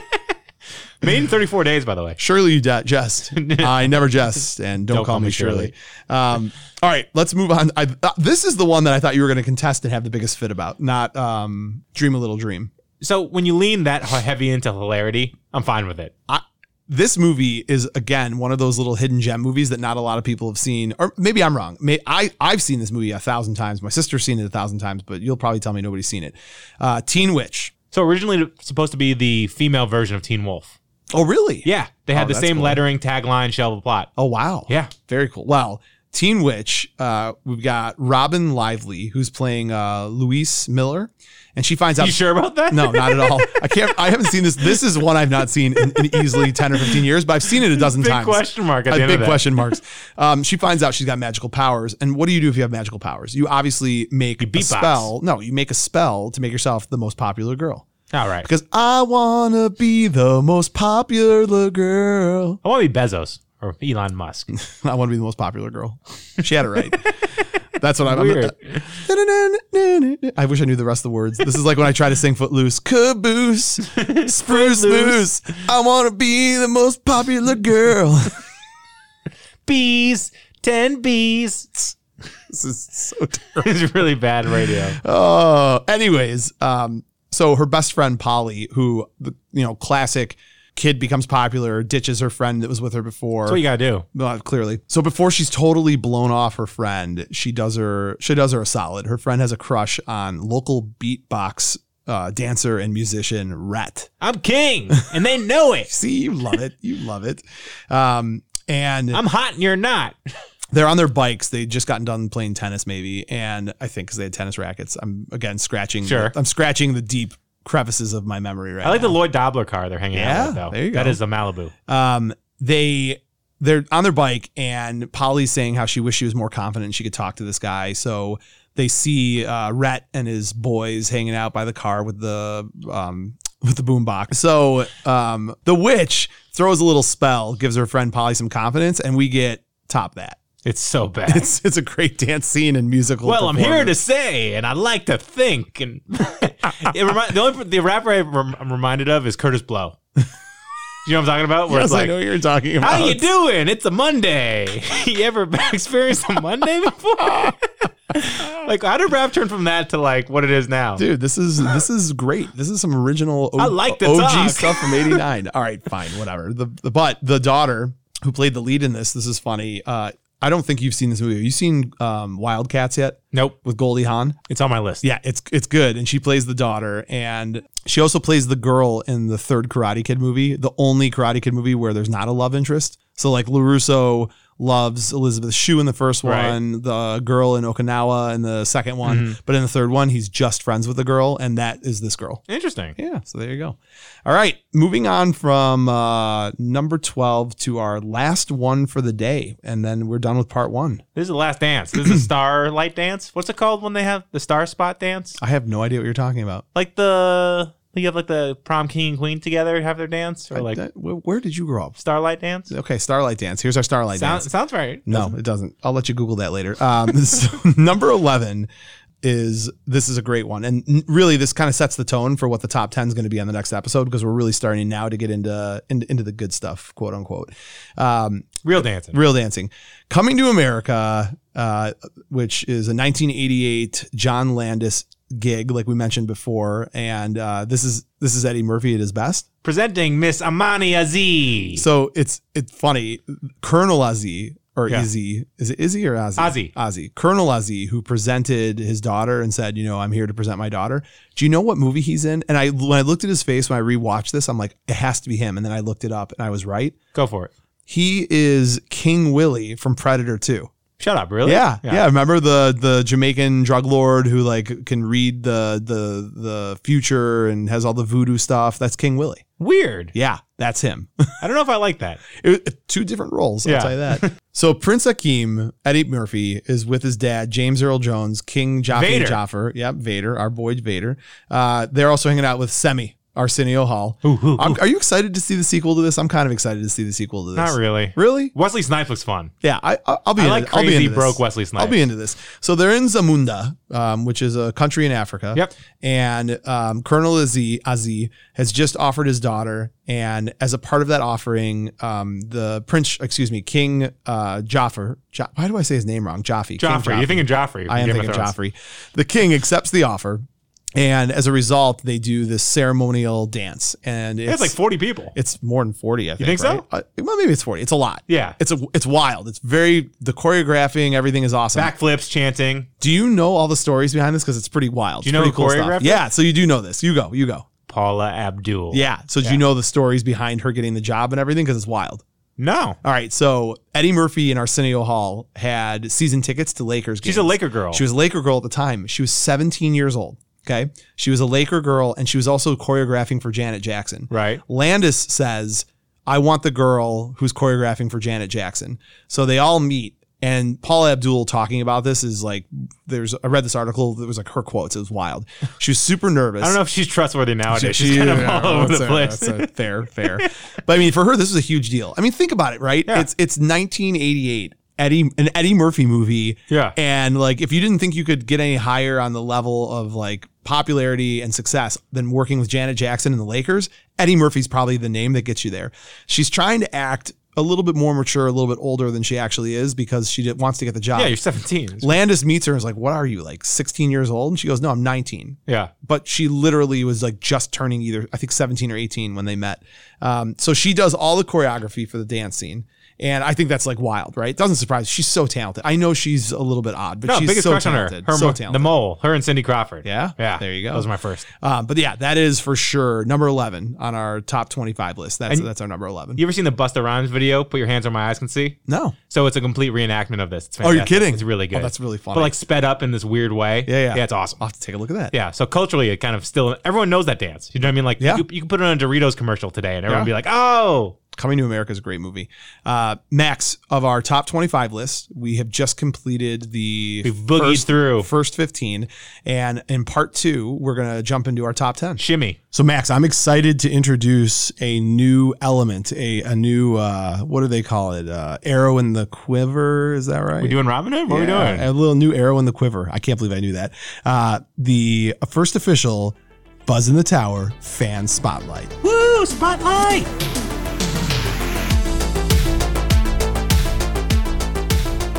Speaker 2: Made in 34 days, by the way.
Speaker 1: Surely you da- *laughs* jest. I never jest, and don't, call, me Shirley. Um, all right, let's move on. I, uh, this is the one that I thought you were going to contest and have the biggest fit about, not um, "Dream a Little Dream."
Speaker 2: So when you lean that heavy into hilarity, I'm fine with it.
Speaker 1: this movie is again one of those little hidden gem movies that not a lot of people have seen or maybe i'm wrong May, I, i've seen this movie a thousand times my sister's seen it a thousand times but you'll probably tell me nobody's seen it uh, teen witch
Speaker 2: So originally it was supposed to be the female version of Teen Wolf.
Speaker 1: oh really
Speaker 2: Yeah, they had
Speaker 1: Oh,
Speaker 2: the
Speaker 1: that's
Speaker 2: same
Speaker 1: cool.
Speaker 2: lettering, tagline, shell of a plot.
Speaker 1: oh wow
Speaker 2: Yeah.
Speaker 1: very cool wow teen witch uh, we've got robin lively who's playing uh, louise miller and she finds out
Speaker 2: You sure about that?
Speaker 1: No, not at all. I can't. I haven't seen this. This is one I've not seen in, in easily ten or fifteen years, but I've seen it a dozen
Speaker 2: Big
Speaker 1: times.
Speaker 2: question mark at
Speaker 1: Uh,
Speaker 2: the end
Speaker 1: big
Speaker 2: of that. *laughs*
Speaker 1: question marks. Um, she finds out she's got magical powers, and what do you do if you have magical powers? You obviously make a
Speaker 2: beatbox.
Speaker 1: spell. No, you make a spell to make yourself the most popular girl.
Speaker 2: All right.
Speaker 1: Because I wanna be the most popular girl.
Speaker 2: I want to be Bezos or
Speaker 1: *laughs*
Speaker 2: Elon Musk.
Speaker 1: I wanna be the most popular girl. She had it
Speaker 2: *laughs*
Speaker 1: right. That's what I'm. I'm-
Speaker 2: Weird.
Speaker 1: *laughs* I wish I knew the rest of the words. This is like when I try to sing Footloose.
Speaker 2: *laughs*
Speaker 1: Caboose, spruce loose. I want to be the most popular
Speaker 2: *laughs*
Speaker 1: girl.
Speaker 2: Bees, 10 bees.
Speaker 1: this is
Speaker 2: *laughs*
Speaker 1: so terrible.
Speaker 2: it's really
Speaker 1: *laughs*
Speaker 2: bad radio.
Speaker 1: Oh, anyways, um, so her best friend Polly, who the you know classic kid becomes popular, ditches her friend that was with her before.
Speaker 2: That's what you got to do.
Speaker 1: Uh, clearly. So before she's totally blown off her friend, she does her she does her a solid. Her friend has a crush on local beatbox uh, dancer and musician Rhett.
Speaker 2: I'm king and they
Speaker 1: *laughs*
Speaker 2: know it.
Speaker 1: See, you love it. You love it. Um, and
Speaker 2: I'm hot and you're not.
Speaker 1: they're on their bikes. They just gotten done playing tennis, maybe, and I think because they had tennis rackets. I'm again scratching.
Speaker 2: Sure.
Speaker 1: I'm scratching the deep crevices of my memory right
Speaker 2: I like
Speaker 1: now.
Speaker 2: the Lloyd Dobler car they're hanging out
Speaker 1: Yeah,
Speaker 2: with, though.
Speaker 1: there you
Speaker 2: That
Speaker 1: go.
Speaker 2: is the Malibu.
Speaker 1: um, they they're on their bike and Polly's saying how she wished she was more confident and she could talk to this guy. So they see uh, Rhett and his boys hanging out by the car with the um, with the boombox. So um, the witch throws a little spell, gives her friend Polly some confidence, and we get top that. *laughs*
Speaker 2: It's so bad.
Speaker 1: It's it's a great dance scene and musical.
Speaker 2: Well, I'm here
Speaker 1: performance.
Speaker 2: to say, and I like to think, and *laughs* it remind, the only the rapper I rem- I'm reminded of is Curtis Blow. *laughs* Do you know what I'm talking about? Where
Speaker 1: Yes,
Speaker 2: it's like,
Speaker 1: I know what you're talking about.
Speaker 2: how you doing? It's a Monday. *laughs* you ever experienced a Monday before? *laughs* like, how did rap turn from that to like what it is now?
Speaker 1: Dude, this is this is great. This is some original o-
Speaker 2: I like the
Speaker 1: OG
Speaker 2: talk.
Speaker 1: stuff from '89. All right, fine, whatever. The, the but the daughter who played the lead in this, this is funny. Uh, I don't think you've seen this movie. Have you seen um, Wildcats yet
Speaker 2: Nope.
Speaker 1: with Goldie Hawn?
Speaker 2: It's on my list.
Speaker 1: Yeah, it's it's good, and she plays the daughter, and she also plays the girl in the third Karate Kid movie, the only Karate Kid movie where there's not a love interest. So like Larusso loves Elizabeth Shue in the first
Speaker 2: Right. Mm-hmm.
Speaker 1: one, the girl in Okinawa in the second one, but in the third one he's just friends with the girl, and that is this girl.
Speaker 2: Interesting.
Speaker 1: Yeah, so there you go. All right, moving on from uh, number twelve to our last one for the day, and then we're done with part one.
Speaker 2: This is the last dance. This is the starlight dance. What's it called when they have the star spot dance?
Speaker 1: I have no idea what you're talking about.
Speaker 2: Like the you have like the prom king and queen together have their dance or like
Speaker 1: That- where where did you grow up?
Speaker 2: starlight dance.
Speaker 1: Okay, Starlight Dance. Here's our Starlight
Speaker 2: Sound,
Speaker 1: Dance.
Speaker 2: sounds right.
Speaker 1: No, it doesn't. I'll let you Google that later. Um, *laughs* so number 11 is this is a great one. And n- really, this kind of sets the tone for what the top 10 is going to be on the next episode because we're really starting now to get into, into, into the good stuff, quote unquote. Um,
Speaker 2: Real dancing.
Speaker 1: Real Dancing. Coming to America, uh, which is a 1988 John Landis gig, like we mentioned before. And uh, this is this is Eddie Murphy at his best.
Speaker 2: Presenting Miss Amani Aziz.
Speaker 1: So it's it's funny. Colonel Azzi or
Speaker 2: Yeah.
Speaker 1: Izzy is it Izzy or Ozzy?
Speaker 2: Ozzy.
Speaker 1: Ozzy. Colonel Ozzy, who presented his daughter and said, you know, I'm here to present my daughter. Do you know what movie he's in? And I when I looked at his face when I rewatched this, I'm like, it has to be him. And then I looked it up and I was right.
Speaker 2: Go for it.
Speaker 1: He is King Willie from Predator 2.
Speaker 2: Shut up, really?
Speaker 1: Yeah, yeah. Remember the the Jamaican drug lord who like can read the the the future and has all the voodoo stuff? That's King Willie.
Speaker 2: Weird.
Speaker 1: Yeah, that's him.
Speaker 2: I don't know if I
Speaker 1: *laughs*
Speaker 2: like that.
Speaker 1: It, it- two different roles,
Speaker 2: Yeah.
Speaker 1: I'll tell you
Speaker 2: *laughs*
Speaker 1: that. so Prince Akeem, Eddie Murphy, is with his dad, James Earl Jones, King Joffrey
Speaker 2: Vader.
Speaker 1: Joffer. Yep, Vader, our boy Vader. Uh, they're also hanging out with Semi, Arsenio Hall.
Speaker 2: Ooh, ooh,
Speaker 1: I'm,
Speaker 2: ooh.
Speaker 1: are you excited to see the sequel to this? I'm kind of excited to see the sequel to this.
Speaker 2: Not really.
Speaker 1: Really?
Speaker 2: Wesley Snipes looks fun.
Speaker 1: Yeah, I, I- I'll be.
Speaker 2: I
Speaker 1: into-
Speaker 2: like
Speaker 1: I'll be
Speaker 2: crazy
Speaker 1: into this.
Speaker 2: broke Wesley Snipes.
Speaker 1: I'll be into this. So they're in Zamunda, um, which is a country in Africa.
Speaker 2: Yep.
Speaker 1: And um, Colonel Aziz, Aziz has just offered his daughter, and as a part of that offering, um, the prince, excuse me, King uh, Jaffer. Jo- Why do I say his name wrong? Jaffe. King
Speaker 2: Joffrey. You're thinking Joffrey. from
Speaker 1: I am
Speaker 2: Game of
Speaker 1: thinking
Speaker 2: Thrones.
Speaker 1: Joffrey. The king accepts the offer, and as a result, they do this ceremonial dance, and it's,
Speaker 2: It's like 40 people.
Speaker 1: it's more than forty. I think,
Speaker 2: think so?
Speaker 1: right? Uh, well, maybe it's forty. It's a lot.
Speaker 2: Yeah.
Speaker 1: It's a it's wild. It's very the choreographing, everything is awesome.
Speaker 2: Backflips, chanting.
Speaker 1: Do you know all the stories behind this? Because it's pretty wild.
Speaker 2: Do you know
Speaker 1: It's pretty
Speaker 2: who choreographed
Speaker 1: stuff.
Speaker 2: it?
Speaker 1: Yeah, so you do know this. You go, you go.
Speaker 2: Paula Abdul.
Speaker 1: Yeah. So do you know the stories behind her getting the job and everything? Because it's wild.
Speaker 2: No.
Speaker 1: All right. So Eddie Murphy and Arsenio Hall had season tickets to Lakers games.
Speaker 2: She's a Laker girl.
Speaker 1: She was a Laker girl at the time. She was 17 years old. Okay. She was a Laker girl and she was also choreographing for Janet Jackson.
Speaker 2: right.
Speaker 1: Landis says, I want the girl who's choreographing for Janet Jackson. So they all meet. And Paula Abdul talking about this is like, there's, I read this article that was like her quotes. It was wild. She was super nervous.
Speaker 2: *laughs* I don't know if she's trustworthy nowadays. She's
Speaker 1: She- *laughs*
Speaker 2: kind of
Speaker 1: yeah,
Speaker 2: all over
Speaker 1: that's
Speaker 2: the
Speaker 1: a-
Speaker 2: place.
Speaker 1: that's
Speaker 2: *laughs*
Speaker 1: a fair, fair. but I mean, for her, this is a huge deal. I mean, think about it, right?
Speaker 2: Yeah.
Speaker 1: It's it's 1988, Eddie, an Eddie Murphy movie.
Speaker 2: Yeah.
Speaker 1: And like, if you didn't think you could get any higher on the level of like popularity and success than working with Janet Jackson and the Lakers, Eddie Murphy's probably the name that gets you there. She's trying to act a little bit more mature, a little bit older than she actually is because she did, wants to get the job.
Speaker 2: Yeah, you're 17.
Speaker 1: Landis meets her and is like, "What are you like, 16 years old?" And she goes, "No, I'm 19."
Speaker 2: Yeah.
Speaker 1: but she literally was like just turning either I think 17 or 18 when they met. Um, so she does all the choreography for the dance scene. And I think that's like wild, right? Doesn't surprise. She's so talented. I know she's a little bit odd, but
Speaker 2: No,
Speaker 1: she's
Speaker 2: Oh, biggest
Speaker 1: so
Speaker 2: crush
Speaker 1: talented.
Speaker 2: on her. Her
Speaker 1: so
Speaker 2: mo-
Speaker 1: talented.
Speaker 2: The mole. Her and Cindy Crawford.
Speaker 1: Yeah?
Speaker 2: Yeah.
Speaker 1: There you go.
Speaker 2: That was my first.
Speaker 1: Um, but yeah, that is for sure number 11 on our top 25 list. That's
Speaker 2: And-
Speaker 1: that's our number 11.
Speaker 2: You ever seen the Busta Rhymes video? Put your hands on my eyes can see.
Speaker 1: no.
Speaker 2: So it's a complete reenactment of this. It's
Speaker 1: you're
Speaker 2: fantastic.
Speaker 1: kidding.
Speaker 2: It's really good.
Speaker 1: Oh, that's really funny.
Speaker 2: But like sped up in this weird way.
Speaker 1: Yeah, yeah.
Speaker 2: Yeah, it's awesome.
Speaker 1: I'll have to take a look at that.
Speaker 2: Yeah. So culturally, it kind of still everyone knows that dance. You know what I mean? Like
Speaker 1: Yeah.
Speaker 2: you, you can put it on a Doritos commercial today, and everyone
Speaker 1: Yeah.
Speaker 2: be like, "Oh,
Speaker 1: Coming to America is a great movie. Uh, Max, of our top 25 list, we have just completed the
Speaker 2: we boogied
Speaker 1: first,
Speaker 2: through,
Speaker 1: first 15. And in part two, we're going to jump into our top 10.
Speaker 2: shimmy."
Speaker 1: So, Max, I'm excited to introduce a new element, a, a new, uh, what do they call it? Uh, arrow in the quiver. Is that right?
Speaker 2: We doing Robin Hood? What
Speaker 1: Yeah,
Speaker 2: are we doing?
Speaker 1: A little new arrow in the quiver. I can't believe I knew that. Uh, the first official Buzz in the Tower fan spotlight.
Speaker 2: Woo! Spotlight.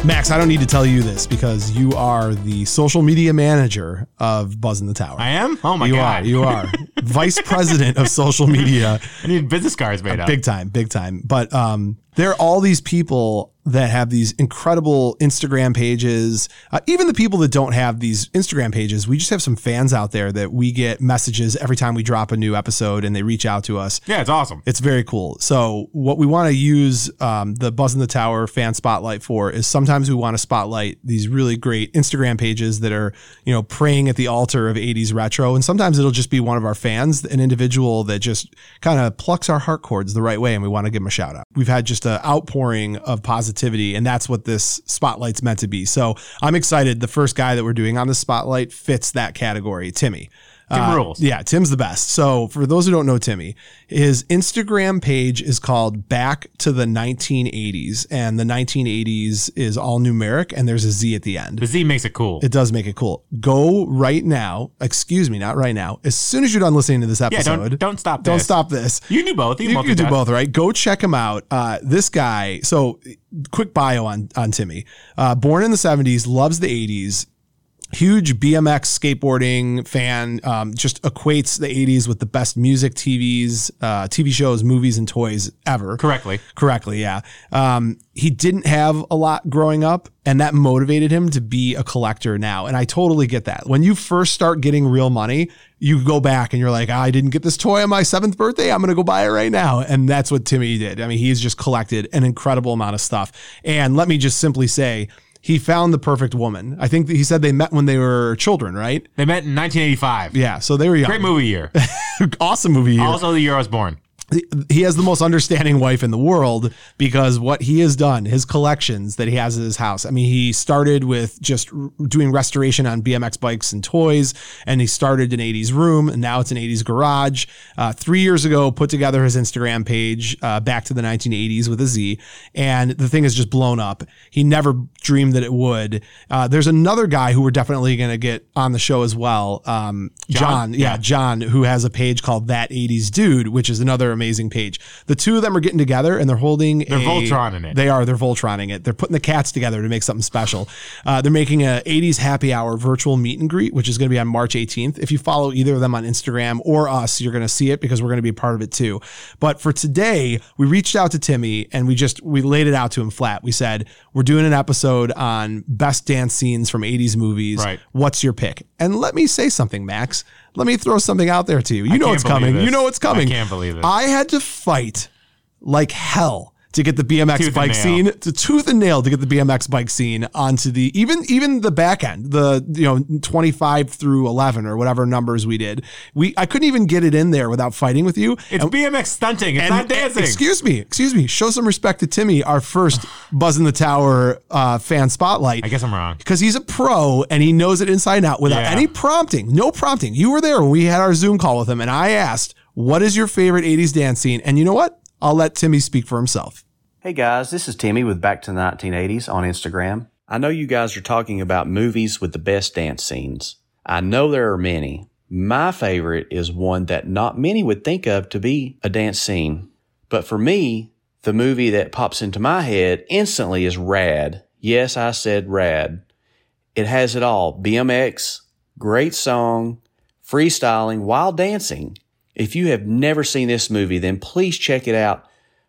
Speaker 1: Max, I don't need to tell you this because you are the social media manager of Buzz in the Tower.
Speaker 2: I am. Oh my
Speaker 1: you
Speaker 2: god!
Speaker 1: are. You are. Vice president of social media.
Speaker 2: I need business cards made up.
Speaker 1: big time, big time. But um, there are all these people that have these incredible Instagram pages. Uh, even the people that don't have these Instagram pages, we just have some fans out there that we get messages every time we drop a new episode and they reach out to us.
Speaker 2: Yeah, it's awesome.
Speaker 1: It's very cool. So, what we want to use um, the Buzz in the Tower fan spotlight for is sometimes we want to spotlight these really great Instagram pages that are, you know, praying at the altar of 80s retro. And sometimes it'll just be one of our fans, an individual that just kind of plucks our heart chords the right way. And we want to give them a shout out. We've had just an outpouring of positivity, and that's what this spotlight's meant to be. So, I'm excited. The first guy that we're doing on the spotlight fits that category, Timmy.
Speaker 2: Tim
Speaker 1: Uh,
Speaker 2: rules.
Speaker 1: Yeah, Tim's the best. So for those who don't know Timmy, his Instagram page is called Back to the 1980s, and the 1980s is all numeric, and there's a Z at the end.
Speaker 2: The Z makes it cool.
Speaker 1: It does make it cool. Go right now. Excuse me, not right now. As soon as you're done listening to this
Speaker 2: yeah,
Speaker 1: episode,
Speaker 2: don't don't stop.
Speaker 1: don't
Speaker 2: this.
Speaker 1: stop this.
Speaker 2: You can do both. You,
Speaker 1: You
Speaker 2: can
Speaker 1: can do
Speaker 2: multitask.
Speaker 1: both, right? Go check him out. Uh, this guy. So, quick bio on on Timmy. Uh, born in the '70s, loves the '80s. Huge BMX skateboarding fan. Um, just equates the '80s with the best music, TVs, uh, TV shows, movies, and toys ever.
Speaker 2: correctly.
Speaker 1: Correctly, yeah. Um, he didn't have a lot growing up, and that motivated him to be a collector now. And I totally get that. When you first start getting real money, you go back and you're like, I didn't get this toy on my seventh birthday. I'm going to go buy it right now. And that's what Timmy did. I mean, he's just collected an incredible amount of stuff. And let me just simply say, he found the perfect woman. I think that he said they met when they were children, right?
Speaker 2: They met in 1985.
Speaker 1: Yeah. So they were young.
Speaker 2: Great movie *laughs* year.
Speaker 1: *laughs* awesome movie. year
Speaker 2: also the year I was born.
Speaker 1: he has the most understanding wife in the world because what he has done, his collections that he has at his house. I mean, he started with just r- doing restoration on BMX bikes and toys, and he started an 80s room, and now it's an 80s garage. Uh, three years ago, put together his Instagram page uh, back to the 1980s with a Z, and the thing has just blown up. He never dreamed that it would. Uh, there's another guy who we're definitely going to get on the show as well. Um, John,
Speaker 2: John?
Speaker 1: yeah, John, who has a page called That 80s Dude, which is another amazing page. The two of them are getting together and they're holding They're
Speaker 2: Voltroning it.
Speaker 1: They are. They're Voltroning it. They're putting the cats together to make something special. Uh, they're making a 80s happy hour virtual meet and greet, which is going to be on March 18th. If you follow either of them on Instagram or us, you're going to see it because we're going to be a part of it too. But for today, we reached out to Timmy and we just, we laid it out to him flat. We said, we're doing an episode on best dance scenes from 80s movies.
Speaker 2: Right.
Speaker 1: What's your pick? And let me say something, Max. Let me throw something out there to you. You know
Speaker 2: can't
Speaker 1: it's
Speaker 2: believe
Speaker 1: coming.
Speaker 2: this.
Speaker 1: You know it's coming.
Speaker 2: I can't believe it.
Speaker 1: I had to fight like hell to get the BMX
Speaker 2: Tooth and
Speaker 1: bike
Speaker 2: nail.
Speaker 1: scene to tooth and nail to get the BMX bike scene onto the even even the back end, the you know 25 through 11 or whatever numbers we did. We I couldn't even get it in there without fighting with you. E,
Speaker 2: It's BMX stunting. It's not dancing.
Speaker 1: Excuse me, excuse me. Show some respect to Timmy, our
Speaker 2: *sighs*
Speaker 1: first Buzz in the Tower uh, fan spotlight
Speaker 2: I guess I'm wrong.
Speaker 1: because he's a pro and he knows it inside and out without
Speaker 2: Yeah.
Speaker 1: any prompting. No prompting. You were there when we had our Zoom call with him, and I asked, "What is your favorite '80s dance scene?" And you know what? I'll let Timmy speak for himself.
Speaker 3: Hey guys, this is Timmy with Back to the 1980s on Instagram. I know you guys are talking about movies with the best dance scenes. I know there are many. My favorite is one that not many would think of to be a dance scene. But for me, the movie that pops into my head instantly is Rad. Yes, I said Rad. It has it all BMX, great song, freestyling, while dancing. If you have never seen this movie, then please check it out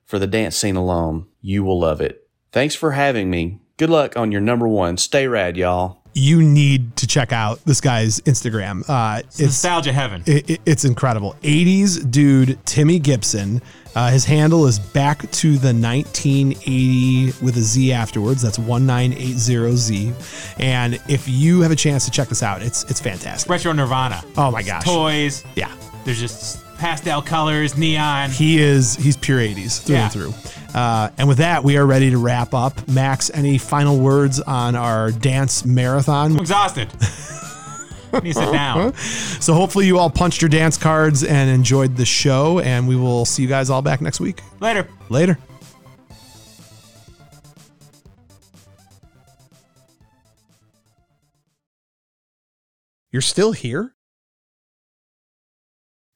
Speaker 3: for the dance scene alone. You will love it. Thanks for having me. Good luck on your number one. Stay rad, y'all.
Speaker 1: You need to check out this guy's Instagram. Uh, it's
Speaker 2: Nostalgia heaven.
Speaker 1: it, it- it's incredible. 80s dude Timmy Gibson. Uh, his handle is back to the 1980 with a Z afterwards. That's 1980Z. And if you have a chance to check this out, it's it's fantastic.
Speaker 2: Retro Nirvana.
Speaker 1: Oh my gosh.
Speaker 2: Toys.
Speaker 1: Yeah.
Speaker 2: There's just pastel colors,
Speaker 1: *laughs*
Speaker 2: neon.
Speaker 1: He is he's pure 80s through
Speaker 2: Yeah.
Speaker 1: and through. Uh, and with that, we are ready to wrap up. Max, any final words on our dance marathon?
Speaker 2: I'm
Speaker 1: *laughs*
Speaker 2: exhausted. I need to sit down.
Speaker 1: So hopefully you all punched your dance cards and enjoyed the show, and we will see you guys all back next week.
Speaker 2: Later.
Speaker 1: Later. You're still here?